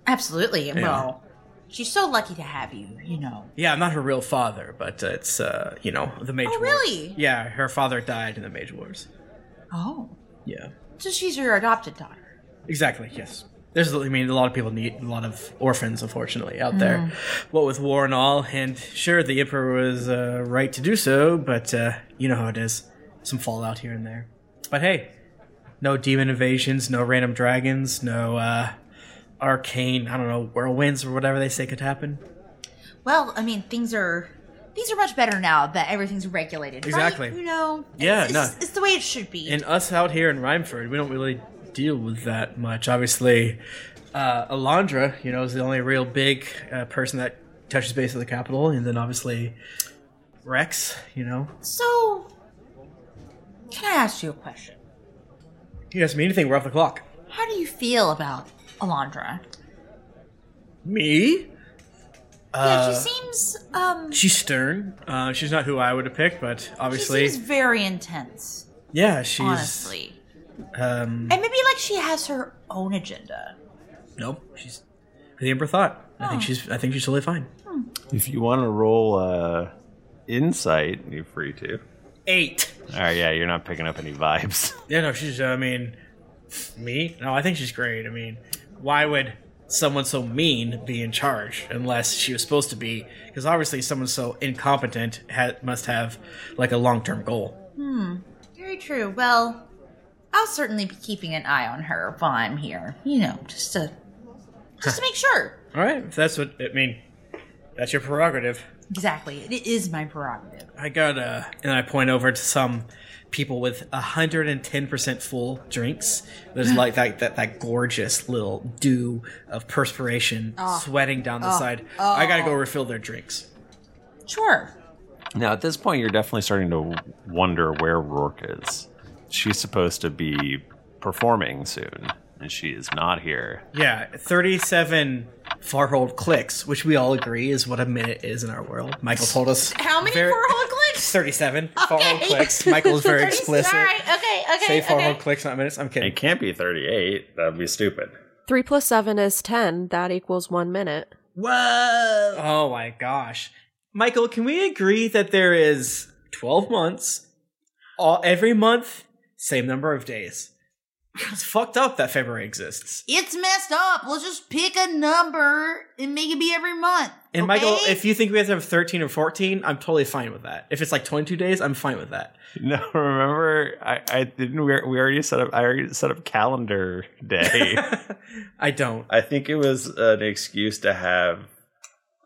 Speaker 4: Absolutely.
Speaker 2: Yeah.
Speaker 4: Well, she's so lucky to have you. You know.
Speaker 2: Yeah, I'm not her real father, but uh, it's uh, you know the Mage
Speaker 4: Oh,
Speaker 2: Wars.
Speaker 4: really?
Speaker 2: Yeah, her father died in the Mage Wars.
Speaker 4: Oh,
Speaker 2: Yeah,
Speaker 4: so she's your adopted daughter.
Speaker 2: exactly. Yes. There's, I mean, a lot of people need a lot of orphans, unfortunately, out there.
Speaker 4: Mm.
Speaker 2: What with war and all, and sure, the Emperor was uh, right to do so, but uh, you know how it is. Some fallout here and there. But hey, no demon invasions, no random dragons, no uh, arcane, I don't know, whirlwinds or whatever they say could happen.
Speaker 4: Well, I mean, things are things are much better now that everything's regulated. right?
Speaker 2: Exactly.
Speaker 4: You know.
Speaker 2: Yeah,
Speaker 4: It's,
Speaker 2: no.
Speaker 4: it's, it's the way it should be.
Speaker 2: And us out here in Rhymeford, we don't really deal with that much. Obviously, uh, Alondra, you know, is the only real big uh, person that touches base with the capital, and then obviously Rex, you know.
Speaker 4: so, can I ask you a question?
Speaker 2: You ask me anything, we're off the clock.
Speaker 4: How do you feel about Alondra?
Speaker 2: Me? Uh,
Speaker 4: yeah, she seems um.
Speaker 2: she's stern. Uh, she's not who I would have picked, but obviously,
Speaker 4: She seems very intense.
Speaker 2: yeah, she's
Speaker 4: honestly.
Speaker 2: Um,
Speaker 4: And maybe like she has her own agenda.
Speaker 2: no, she's the Emperor thought. I think she's. I think she's totally fine.
Speaker 1: If you want to roll uh, insight, you're free to.
Speaker 2: Eight.
Speaker 1: All right, yeah, you're not picking up any vibes.
Speaker 2: Yeah, no, she's. Uh, I mean, me? No, I think she's great. I mean, why would someone so mean be in charge unless she was supposed to be? Because obviously, someone so incompetent ha- must have like a long term goal.
Speaker 4: Hmm. Very true. Well, I'll certainly be keeping an eye on her while I'm here. You know, just to just to make sure.
Speaker 2: All right, if that's what I mean. That's your prerogative.
Speaker 4: Exactly. It is my prerogative.
Speaker 2: I got uh and I point over to some people with hundred and ten percent full drinks.
Speaker 4: (laughs)
Speaker 2: There's like that, that that gorgeous little dew of perspiration
Speaker 4: Oh.
Speaker 2: sweating down the
Speaker 4: Oh.
Speaker 2: side.
Speaker 4: Oh.
Speaker 2: I gotta go refill their drinks.
Speaker 4: Sure.
Speaker 1: Now, at this point, you're definitely starting to wonder where Rourke is. She's supposed to be performing soon, and she is not here. (laughs)
Speaker 2: Yeah, 37 Farhold clicks, which we all agree is what a minute is in our world. Michael told us.
Speaker 4: How many
Speaker 2: Very-
Speaker 4: Very- Warhol clicks?
Speaker 2: 37 Farhold
Speaker 4: Okay.
Speaker 2: clicks. Michael is very
Speaker 4: Thirty-
Speaker 2: explicit.
Speaker 4: All right. Okay. Okay.
Speaker 2: Say
Speaker 4: okay.
Speaker 2: Farhold clicks, not minutes. I'm kidding.
Speaker 1: It can't be 38. That would be stupid.
Speaker 6: Three plus seven is ten. That equals one minute.
Speaker 4: Whoa!
Speaker 2: Oh my gosh. Michael, can we agree that there is 12 months, all, every month, same number of days? It's fucked up that February exists.
Speaker 4: It's messed up. Let's just pick a number and make it be every month.
Speaker 2: And Michael, if you think we have to have 13 or 14, I'm totally fine with that. If it's like 22 days, I'm fine with that.
Speaker 1: No, remember, I, I didn't. We, we already set up. I already set up calendar day.
Speaker 2: (laughs) I don't.
Speaker 1: I think it was an excuse to have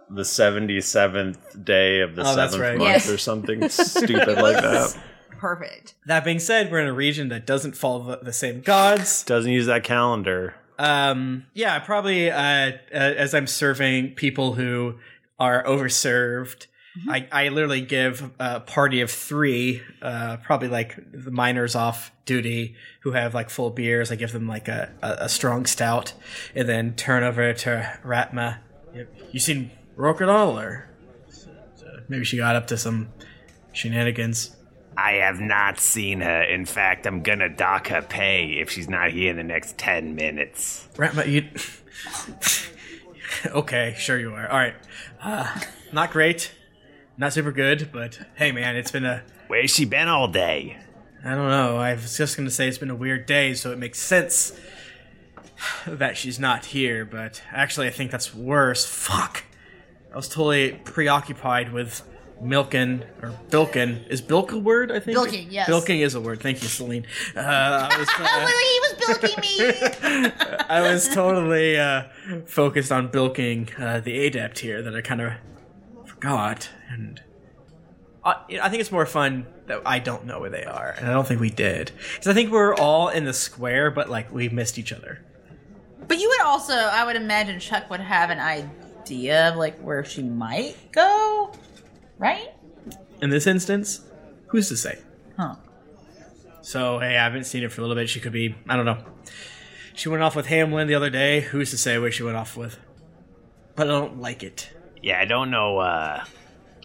Speaker 1: the seventy seventh day of the
Speaker 2: Oh, that's
Speaker 1: seventh
Speaker 2: right.
Speaker 1: month
Speaker 2: Yes.
Speaker 1: or (laughs)
Speaker 2: (laughs)
Speaker 1: something stupid like that.
Speaker 4: Perfect.
Speaker 2: That being said, we're in a region that doesn't follow the- the same gods.
Speaker 1: Doesn't use that calendar.
Speaker 2: Um, yeah, probably uh, uh, as I'm serving people who are overserved, I, I literally give a party of three, uh, probably like the miners off duty who have like full beers. I give them like a, a, a strong stout and then turn over to Ratma. You, you seen Rourke at all? Or uh, maybe she got up to some shenanigans.
Speaker 12: I have not seen her. In fact, I'm gonna dock her pay if she's not here in the next 10 minutes.
Speaker 2: Ratma, you. (laughs) okay, sure you are. All right. Uh, not great. Not super good, but hey, man, it's been a.
Speaker 12: Where's she been all day?
Speaker 2: I don't know. I was just going to say it's been a weird day, so it makes sense that she's not here, but actually, I think that's worse. Fuck. I was totally preoccupied with Milken or Bilkin is Bilk a word? I think
Speaker 4: Bilking, yes.
Speaker 2: Bilking is a word. Thank you, Celine. Uh, I
Speaker 4: (laughs)
Speaker 2: was
Speaker 4: Oh, he was bilking me.
Speaker 2: (laughs) I was totally uh, focused on bilking uh, the adept here that I kind of forgot, and I, I think it's more fun that I don't know where they are, and I don't think we did because I think we were all in the square, but like we missed each other.
Speaker 4: But you would also, I would imagine, Chuck would have an idea of like where she might go, right?
Speaker 2: In this instance, who's to say?
Speaker 4: Huh.
Speaker 2: So hey, I haven't seen her for a little bit. She could be I don't know. She went off with Hamlin the other day. Who's to say where she went off with? But I don't like it.
Speaker 12: Yeah, I don't know. uh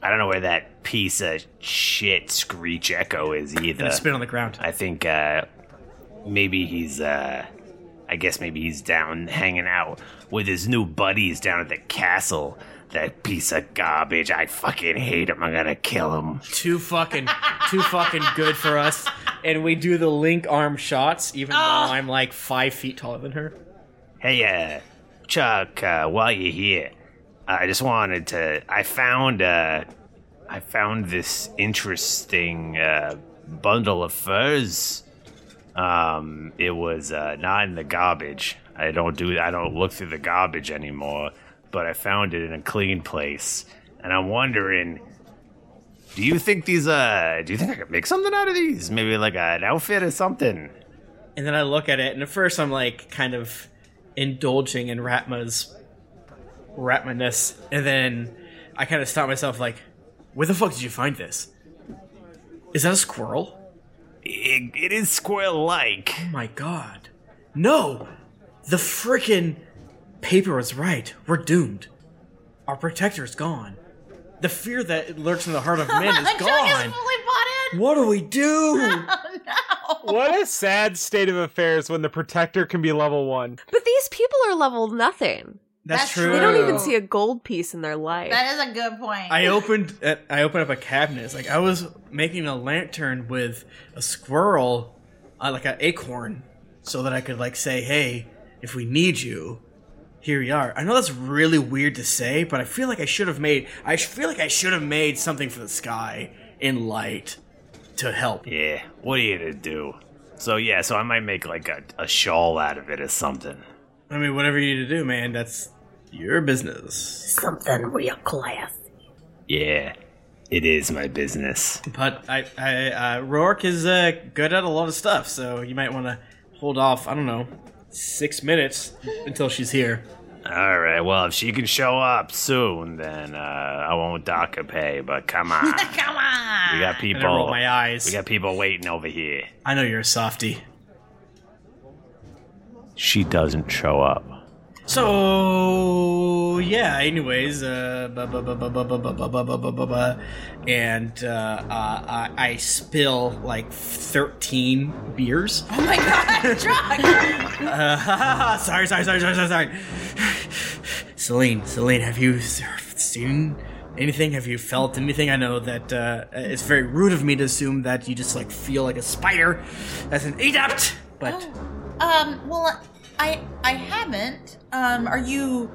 Speaker 12: I don't know where that piece of shit screech echo is either.
Speaker 2: And spit on the ground.
Speaker 12: I think uh maybe he's. uh I guess maybe he's down hanging out with his new buddies down at the castle. That piece of garbage. I fucking hate him. I'm gonna kill him.
Speaker 2: Too fucking too fucking good for us. And we do the link arm shots, even though I'm like five feet taller than her.
Speaker 12: Hey, uh, Chuck, uh, while you're here, I just wanted to. I found, uh, I found this interesting, uh, bundle of furs. Um, it was, uh, not in the garbage. I don't do, I don't look through the garbage anymore, but I found it in a clean place. And I'm wondering, do you think these, uh, do you think I could make something out of these? Maybe like an outfit or something?
Speaker 2: And then I look at it, and at first I'm like kind of indulging in Ratma's Ratmaness, and then I kind of stop myself like, where the fuck did you find this? Is that a squirrel?
Speaker 12: It, it is squirrel-like.
Speaker 2: Oh my god! No, the frickin' paper was right. We're doomed. Our protector's gone. The fear that lurks in the heart
Speaker 12: (laughs)
Speaker 2: of men is
Speaker 4: Chuck
Speaker 2: gone.
Speaker 4: fully bought in.
Speaker 2: What do we
Speaker 4: (laughs)
Speaker 2: do?
Speaker 5: What a sad state of affairs when the protector can be level one.
Speaker 6: But these people are level nothing.
Speaker 5: That's That's true.
Speaker 6: They don't even
Speaker 5: true.
Speaker 6: see a gold piece in their life.
Speaker 4: That is a good point.
Speaker 2: I opened uh, I opened up a cabinet. It's like I was making a lantern with a squirrel, uh, like an acorn, so that I could like say, "Hey, if we need you, here you are." I know that's really weird to say, but I feel like I should have made I sh- feel like I should have made something for the sky in light to help.
Speaker 12: Yeah, what are you gonna do? So yeah, so I might make like a, a shawl out of it or something.
Speaker 2: I mean, whatever you need to do, man. That's your business.
Speaker 12: Something real classy. Yeah, it is my business.
Speaker 2: But I, I uh, Rourke is uh, good at a lot of stuff, so you might want to hold off. I don't know, six minutes until she's here.
Speaker 12: All right, well, if she can show up soon, then uh, I won't dock her pay. But come on,
Speaker 4: come on.
Speaker 12: we got people.
Speaker 2: And I roll my eyes.
Speaker 12: We got people waiting over here.
Speaker 2: I know you're a softie.
Speaker 1: She doesn't show up.
Speaker 2: So yeah. Anyways, uh, ba- ba- ba- ba- ba- ba- ba- ba- ba- ba- ba- ba- ba. and uh, uh, I, I spill like thirteen beers.
Speaker 4: Oh
Speaker 2: (laughs)
Speaker 4: my god, Chuck!
Speaker 2: Uh, (laughs) sorry, sorry, sorry, sorry, sorry, sorry. Celine, Celine, have you s- seen anything? Have you felt anything? I know that uh, it's very rude of me to assume that you just like feel like a spider as an adept, but
Speaker 4: um, well, I I haven't. Um, are you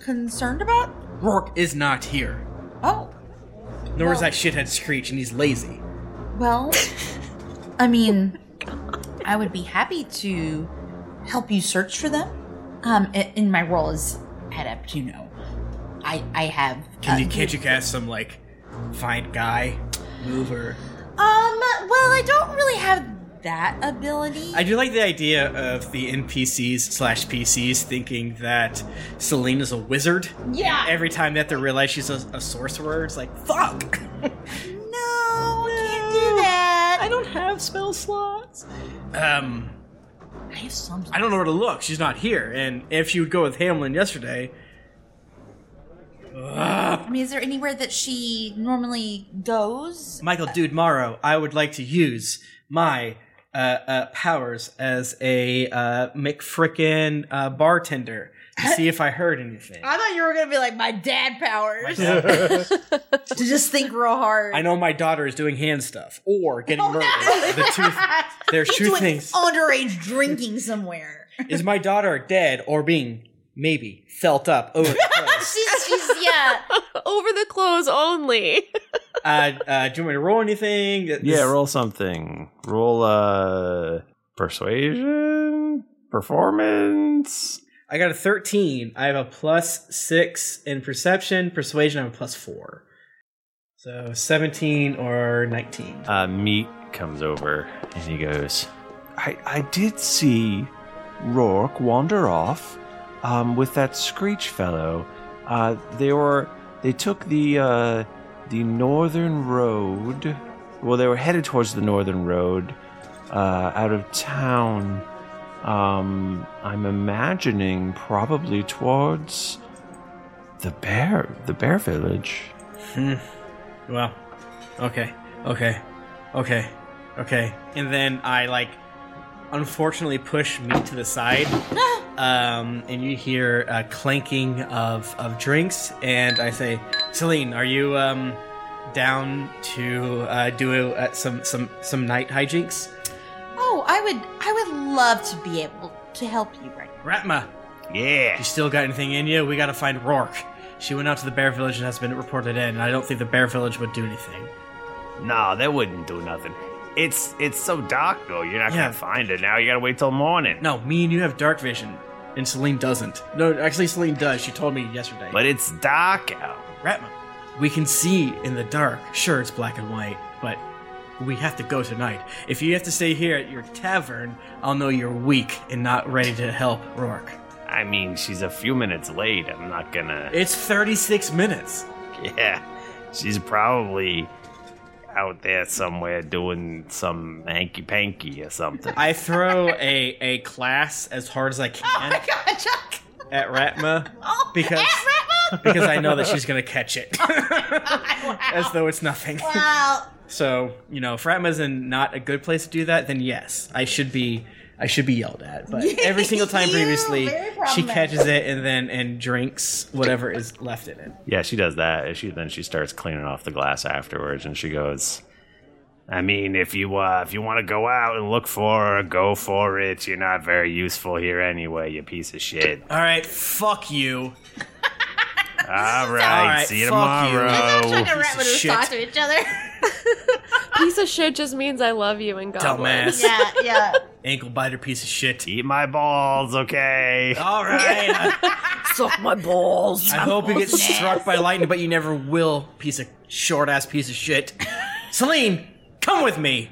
Speaker 4: concerned about?
Speaker 2: Rourke is not here.
Speaker 4: Oh,
Speaker 2: Nor is that shithead Screech, and he's lazy.
Speaker 4: well. I mean, I would be happy to help you search for them. Um, i- in my role as adept, you know, I I have.
Speaker 2: Can you
Speaker 4: uh,
Speaker 2: can't you cast some like find guy move or?
Speaker 4: Um, well, I don't really have that ability.
Speaker 2: I do like the idea of the NPCs slash PCs thinking that Celine is a wizard.
Speaker 4: Yeah.
Speaker 2: Every time they have to realize she's a, a sorcerer, it's like fuck.
Speaker 4: can't do that.
Speaker 2: I don't have spell slots. Um,
Speaker 4: I have some.
Speaker 2: I don't know where to look. She's not here. And if she would go with Hamlin yesterday, Ugh.
Speaker 4: I mean, is there anywhere that she normally
Speaker 2: (laughs)
Speaker 4: goes?
Speaker 2: Michael Dude Morrow, I would like to use my uh, uh, powers as a uh, McFrickin' uh, bartender to see if I heard
Speaker 4: (laughs)
Speaker 2: anything.
Speaker 4: I thought you were gonna be like my dad powers. to just think real hard.
Speaker 2: I know my daughter is doing hand stuff or getting murdered. The two, there's
Speaker 4: Oh, He's
Speaker 2: two
Speaker 4: doing
Speaker 2: things.
Speaker 4: Underage drinking somewhere.
Speaker 2: Is my daughter dead or being maybe felt up Oh, over
Speaker 4: She's
Speaker 7: She's
Speaker 6: (laughs)
Speaker 7: yeah, over the clothes only.
Speaker 2: Uh, uh, do you want me to roll anything?
Speaker 1: Yeah, roll something. Roll uh persuasion, performance.
Speaker 2: I got a 13. I have a plus 6 in perception. Persuasion, I have a plus 4. So 17 or 19.
Speaker 1: Uh, Meat comes over and he goes, I, I did see Rourke wander off um, with that Screech fellow. Uh, they were they took the uh, the northern road. Well, they were headed towards the northern road uh, out of town. Um, I'm imagining probably towards the bear the bear village.
Speaker 2: Hmm. Well, okay, okay, okay, okay. And then I like, unfortunately, push me to the side, um, and you hear a clanking of of drinks, and I say, Celine, are you um down to uh, do uh, some some some night hijinks?
Speaker 4: Oh, I would, I would love to be able to help you right now.
Speaker 2: Ratma.
Speaker 12: Yeah.
Speaker 2: You still got anything in you? We gotta find Rourke. She went out to the Bear Village and has been reported in, and I don't think the Bear Village would do anything.
Speaker 12: No, that wouldn't do nothing. It's it's so dark though. You're not
Speaker 2: Yeah.
Speaker 12: gonna find it now. You gotta wait till morning.
Speaker 2: No, me and you have dark vision, and Celine doesn't. No, actually, Celine does. She told me yesterday.
Speaker 12: But it's dark out.
Speaker 2: Ratma, we can see in the dark. Sure, it's black and white, but we have to go tonight. If you have to stay here at your tavern, I'll know you're weak and not ready to help Rourke.
Speaker 12: I mean, she's a few minutes late. I'm not gonna.
Speaker 2: It's 36 minutes.
Speaker 12: (laughs) Yeah, she's probably out there somewhere doing some hanky panky or something.
Speaker 2: (laughs) I throw a, a class as hard as I can
Speaker 13: (laughs)
Speaker 2: at Ratma because (laughs) because I know that she's gonna catch it as though it's nothing.
Speaker 4: Wow.
Speaker 2: So you know, if Ratma's in not a good place to do that, then yes, I should be I should be yelled at. But every single time previously, she
Speaker 4: problematic.
Speaker 2: catches it and then and drinks whatever is left in it.
Speaker 1: Yeah, she does that. and She then she starts cleaning off the glass afterwards, and she goes,
Speaker 12: I mean, if you uh, if you want to go out and look for her, go for it. You're not very useful here anyway. You piece of shit.
Speaker 2: All right, fuck you.
Speaker 12: All right,
Speaker 2: All right,
Speaker 12: see you
Speaker 2: fuck you.
Speaker 12: tomorrow.
Speaker 2: That's
Speaker 7: Rat would have talked to each other.
Speaker 6: (laughs)
Speaker 7: Piece of shit just means I love you and Goblin.
Speaker 2: Dumbass.
Speaker 7: Yeah,
Speaker 2: (laughs)
Speaker 4: yeah.
Speaker 2: Ankle biter piece of shit.
Speaker 12: Eat my balls, okay?
Speaker 2: All right.
Speaker 6: Suck my balls.
Speaker 2: I hope you get struck by lightning, but you never will, piece of short ass piece of shit. (laughs) Celine, come with me.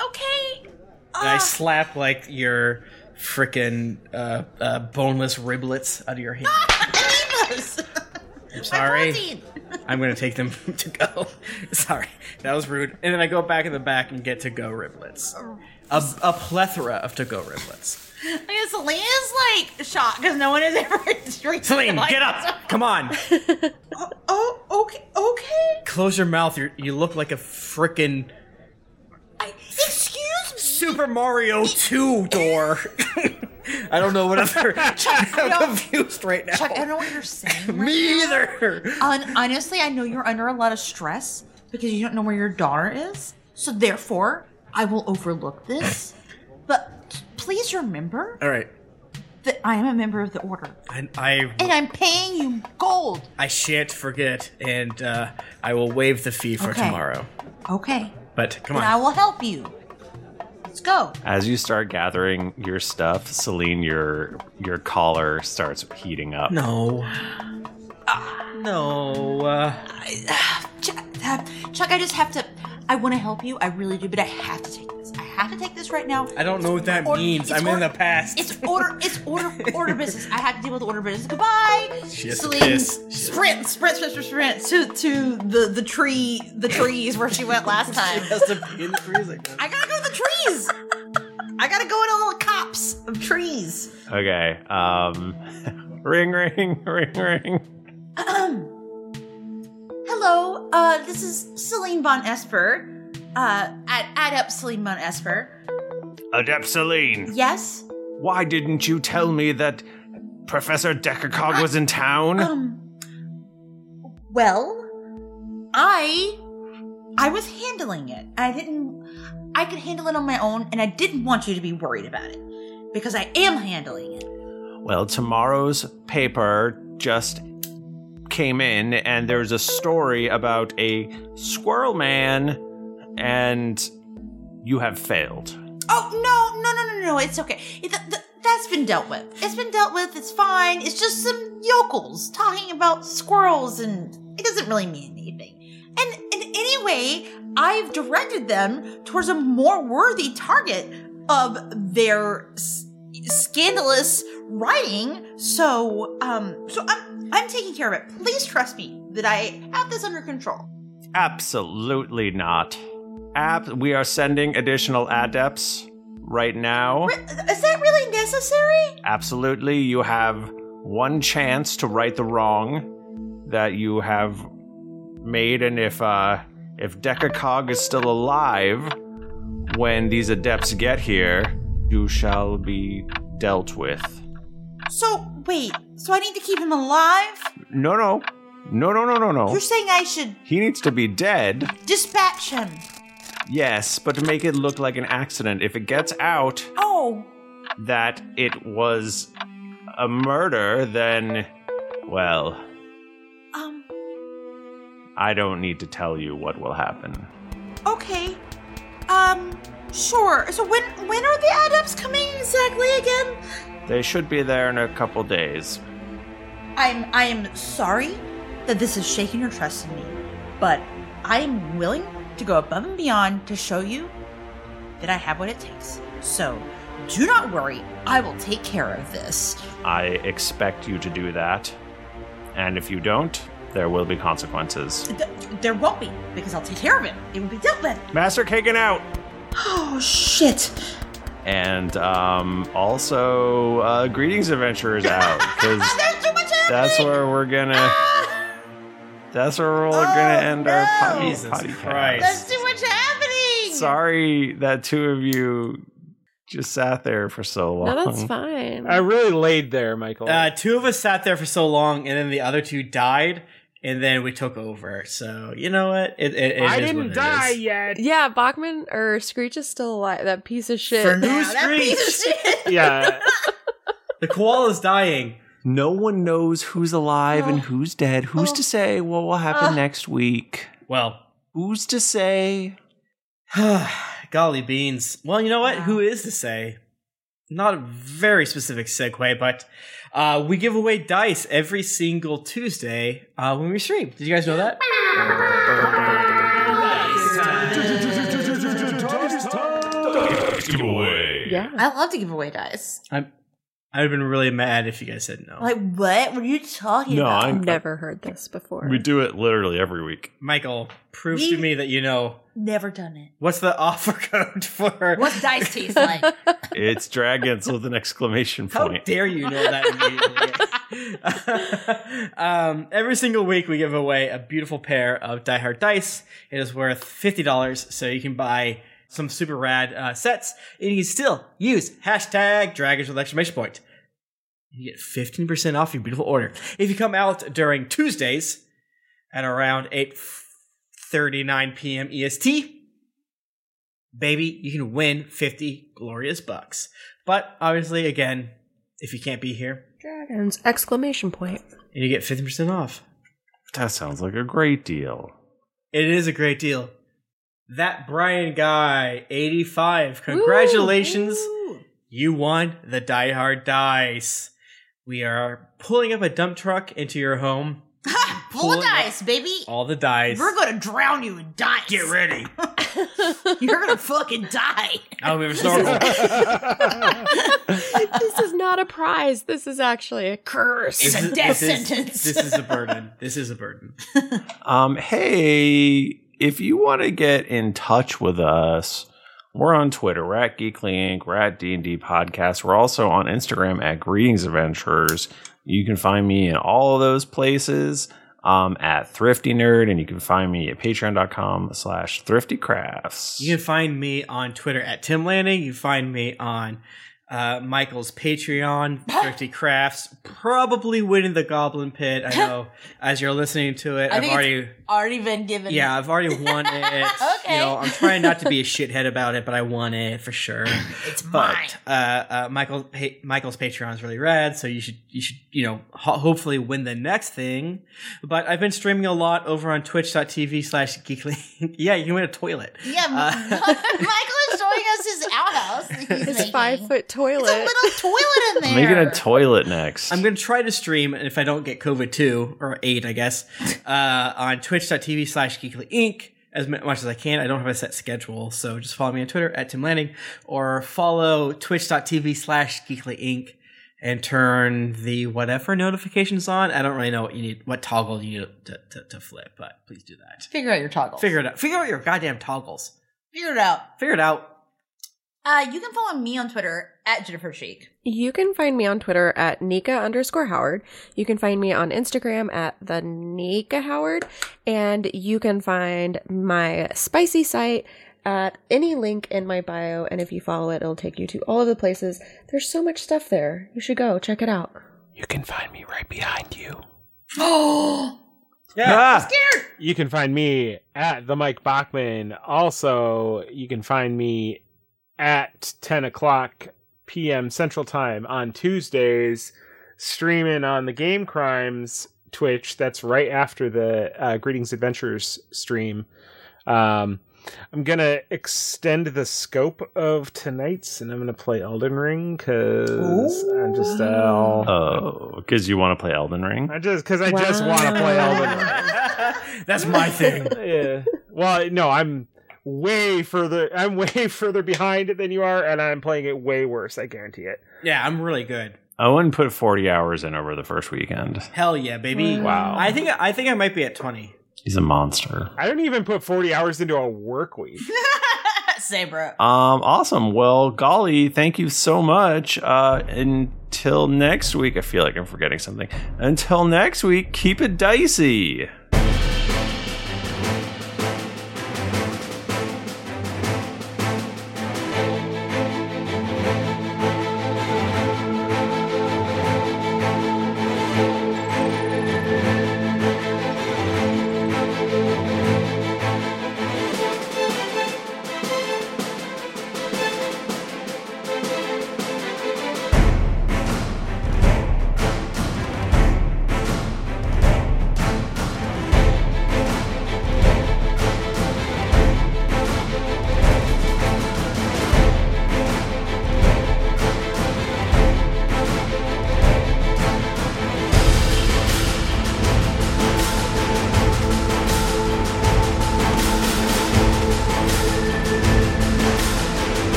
Speaker 4: Okay.
Speaker 2: And I slap like your frickin' uh, uh, boneless riblets out of your hand. I'm sorry. I'm gonna take them (laughs) to go. Sorry, that was rude. And then I go back in the back and get to go riblets.
Speaker 4: Oh.
Speaker 2: A, a plethora of to go riblets.
Speaker 4: I guess Celine is like shocked because no one has (laughs) ever
Speaker 2: (laughs)
Speaker 4: drinking.
Speaker 2: Celine,
Speaker 4: like
Speaker 2: get
Speaker 4: this.
Speaker 2: up! Come on!
Speaker 4: (laughs) Oh, okay, okay.
Speaker 2: Close your mouth. You're, you look like a frickin'
Speaker 4: Excuse me.
Speaker 2: Super Mario 2 door. (laughs) I don't know what other. (laughs) I'm confused right now.
Speaker 4: Chuck, I don't know what
Speaker 2: (laughs)
Speaker 4: you're saying. right
Speaker 2: Me
Speaker 4: now.
Speaker 2: either.
Speaker 4: Hon- honestly, I know you're under a lot of stress because you don't know where your daughter is. So therefore, I will overlook this. but please remember
Speaker 2: All right.
Speaker 4: that I am a member of the order,
Speaker 2: I, I
Speaker 4: and I'm paying you gold.
Speaker 2: I shan't forget, and uh, I will waive the fee for
Speaker 4: Okay.
Speaker 2: tomorrow.
Speaker 4: Okay.
Speaker 2: But come
Speaker 4: And I
Speaker 2: on.
Speaker 4: will help you. Let's go.
Speaker 1: As you start gathering your stuff, Celine, your your collar starts heating up.
Speaker 2: No. No. Uh,
Speaker 4: Uh, Chuck, I just have to. I want to help you. I really do, but I have to take this. I have to take this right now.
Speaker 2: I don't know what that
Speaker 4: Or-
Speaker 2: means.
Speaker 4: it's
Speaker 2: I'm in
Speaker 4: or-
Speaker 2: the past.
Speaker 4: It's order. It's order. Order business. I have to deal with order business. Goodbye.
Speaker 2: She has to
Speaker 4: Celine
Speaker 2: piss.
Speaker 4: Sprint, sprint, sprint, sprint, sprint to to the the tree, the trees where she went last time.
Speaker 2: (laughs) She has to be in the freezer.
Speaker 4: I gotta go to the trees. I gotta go in a little cops of trees.
Speaker 1: Okay. Um, (laughs) ring, ring, (laughs) ring, ring.
Speaker 4: Hello. (clears throat) Uh, this is Celine von Esper. Uh, add, add up Celine von Esper.
Speaker 12: Adept Celine,
Speaker 4: Yes.
Speaker 12: why didn't you tell me that Professor Decacog was in town?
Speaker 4: Um. Well, I I was handling it. I didn't. I could handle it on my own, and I didn't want you to be worried about it because I am handling it.
Speaker 1: Well, tomorrow's paper just came in, and there's a story about a squirrel man, and you have failed.
Speaker 4: Oh no, no, no, no, no! It's okay. It, th- th- that's been dealt with. It's been dealt with. It's fine. It's just some yokels talking about squirrels, and it doesn't really mean anything. And in any way, I've directed them towards a more worthy target of their s- scandalous writing. So, um, so I'm I'm taking care of it. Please trust me that I have this under control.
Speaker 1: Absolutely not. App, we are sending additional adepts right now.
Speaker 4: Is that really necessary?
Speaker 1: Absolutely, you have one chance to right the wrong that you have made, and if uh, if Decacog is still alive when these adepts get here, you shall be dealt with.
Speaker 4: So wait. So I need to keep him alive.
Speaker 1: No, no, no, no, no, no, no.
Speaker 4: You're saying I should
Speaker 1: He needs to be dead.
Speaker 4: dispatch him?
Speaker 1: Yes, but to make it look like an accident. If it gets out
Speaker 4: Oh,
Speaker 1: that it was a murder, then, well,
Speaker 4: um,
Speaker 1: I don't need to tell you what will happen.
Speaker 4: okay. Um, sure. So when when are the adepts coming exactly again?
Speaker 1: They should be there in a couple days.
Speaker 4: I'm I am sorry that this is shaking your trust in me, but I am willing to go above and beyond to show you that I have what it takes. So do not worry, I will take care of this.
Speaker 1: I expect you to do that. And if you don't, there will be
Speaker 4: (laughs)
Speaker 1: consequences.
Speaker 4: Th- there won't be, because I'll take care of it. It will be dealt with.
Speaker 1: Master Kagan out!
Speaker 4: Oh shit.
Speaker 1: And um, also, uh, greetings, adventurers out. Because that's where we're gonna. That's where we're gonna end our potty,
Speaker 2: Jesus
Speaker 1: potty
Speaker 2: Christ.
Speaker 1: cast.
Speaker 4: Too much happening.
Speaker 1: Sorry that two of you just sat there for so long.
Speaker 2: fine.
Speaker 5: I really laid there, Michael.
Speaker 2: Uh, two of us sat there for so long, and then the other two died, and then we took over. So you know what? It, it, it
Speaker 5: I
Speaker 2: is what
Speaker 5: didn't
Speaker 2: it
Speaker 5: die
Speaker 2: is.
Speaker 5: yet.
Speaker 6: Yeah, Bachman or Screech is still alive. That piece of shit.
Speaker 2: For now, that
Speaker 4: piece of shit.
Speaker 5: yeah.
Speaker 2: The koala's dying.
Speaker 1: No one knows who's alive and who's dead. Who's to say what will happen
Speaker 2: Oh.
Speaker 1: next week?
Speaker 2: (laughs) Well,
Speaker 1: who's to say?
Speaker 2: (sighs) Golly beans. Well, you know what? Who is to say? Not a very specific segue, but uh, we give away dice every single Tuesday uh, when we stream. Did you guys know that?
Speaker 4: Yeah. I love to give away dice.
Speaker 2: I'm, I'd have been really mad if you guys said no.
Speaker 4: Like what? What are you talking
Speaker 1: No,
Speaker 4: about?
Speaker 1: I'm- I've
Speaker 6: never heard this before.
Speaker 1: do it literally every week.
Speaker 2: Michael, prove
Speaker 4: We-
Speaker 2: to me that you know.
Speaker 4: Never done it.
Speaker 2: What's the (laughs) offer code for?
Speaker 4: What's
Speaker 2: (laughs)
Speaker 4: dice taste like?
Speaker 1: It's dragons with an exclamation
Speaker 2: How
Speaker 1: point.
Speaker 2: dare you know that immediately? um, every single week, we give away a beautiful pair of Die Hard dice. It is worth $50, so you can buy some super rad uh, sets. And you can still use hashtag dragons with exclamation point. You get 15% off your beautiful order. If you come out during Tuesdays at around 8.39 p.m. EST, E baby, you can win 50 glorious bucks. But obviously, again, if you can't be here,
Speaker 6: Dragons! Exclamation point.
Speaker 2: and you get 50% off.
Speaker 1: That sounds like a great deal.
Speaker 2: It is a great deal. That Brian guy, 85. Congratulations. You won the Die Hard Dice. We are pulling up a dump truck into your home.
Speaker 4: Full of
Speaker 2: Pulling up
Speaker 4: dice, baby.
Speaker 2: All the dice.
Speaker 4: We're gonna drown you in dice. Get
Speaker 2: ready.
Speaker 4: (laughs) You're gonna fucking die.
Speaker 2: Oh, we have a snorkel.
Speaker 6: (laughs) this is not a prize. This is actually a curse.
Speaker 2: This is- this is- This is a (laughs) burden. This is a burden.
Speaker 1: Um, hey, if you want to get in touch with us, we're on Twitter. We're at Geekly Inc. We're at D&D Podcast. We're also on Instagram at Greetings Adventurers. You can find me in all of those places um, at Thrifty Nerd, and you can find me at patreon.com slash thriftycrafts.
Speaker 2: You can find me on Twitter at Tim Lanning. You find me on uh, Michael's
Speaker 4: (laughs)
Speaker 2: Patreon, Thrifty Crafts, probably winning the Goblin Pit. I
Speaker 4: (laughs)
Speaker 2: know as you're listening to it,
Speaker 4: I
Speaker 2: I've
Speaker 4: think
Speaker 2: already.
Speaker 4: it's already been given.
Speaker 2: Yeah, I've already won
Speaker 4: (laughs)
Speaker 2: it. You know, I'm trying not to be a shithead about it, but I won it for sure. It's
Speaker 4: mine.
Speaker 2: But, uh, uh, Michael pa- Michael's Patreon is really rad, so you should you should you know ho- hopefully win the next thing. But I've been streaming a lot over on Twitch.tv/slash Geekly. (laughs) yeah, you can win a toilet.
Speaker 4: (laughs) Yeah,
Speaker 2: Uh,
Speaker 4: Michael is showing us his outhouse. that He's
Speaker 6: It's
Speaker 4: making.
Speaker 6: five foot toilet.
Speaker 4: It's a little toilet in
Speaker 2: (laughs)
Speaker 4: there.
Speaker 1: toilet next.
Speaker 2: I'm gonna try to stream if I don't get COVID two or eight, I guess, uh, on twitch.tv slash geekly inc as mu- much as I can. I don't have a set schedule, so just follow me on Twitter at Tim Lanning or follow twitch.tv slash geekly inc and turn the whatever notifications on. I don't really know what you need, what toggle you need to, to, to flip, but please do that.
Speaker 4: Figure out your toggles.
Speaker 2: Figure it out. Figure out your goddamn toggles.
Speaker 4: Figure it out.
Speaker 2: Figure it out.
Speaker 4: Uh, you can follow me on Twitter at Jennifer Sheik.
Speaker 6: You can find me on Twitter at Nika underscore Howard. You can find me on Instagram at the Nika Howard. And you can find my spicy site at any link in my bio. And if you follow it, it'll take you to all of the places. There's so much stuff there. You should go check it out.
Speaker 5: You can find me right behind you.
Speaker 4: Oh,
Speaker 5: Yeah.
Speaker 4: scared.
Speaker 5: Ah, You can find me at the Mike Bachman. Also, you can find me at 10 o'clock p.m. Central Time on Tuesdays, streaming on the Game Crimes Twitch. That's right after the uh, Greetings Adventures stream. Um, I'm going to extend the scope of tonight's and I'm going to play Elden Ring because I'm just. Uh,
Speaker 1: Oh, because you want to play Elden Ring?
Speaker 5: I just because I just want to play
Speaker 2: (laughs)
Speaker 5: Elden Ring.
Speaker 2: That's my thing.
Speaker 5: (laughs) yeah. Well, no, I'm way further. I'm way (laughs) further behind than you are, and I'm playing it way worse. I guarantee it.
Speaker 2: Yeah, I'm really good.
Speaker 1: Owen put 40 hours in over the first weekend.
Speaker 2: Hell yeah, baby.
Speaker 1: Wow.
Speaker 2: I think I think I might be at twenty.
Speaker 4: (laughs)
Speaker 1: He's a monster.
Speaker 5: I don't even put 40 hours into a work week.
Speaker 4: Say, bro.
Speaker 1: Um, awesome. Well, golly, thank you so much. Uh, until next week, I feel like I'm forgetting something. Until next week, keep it dicey.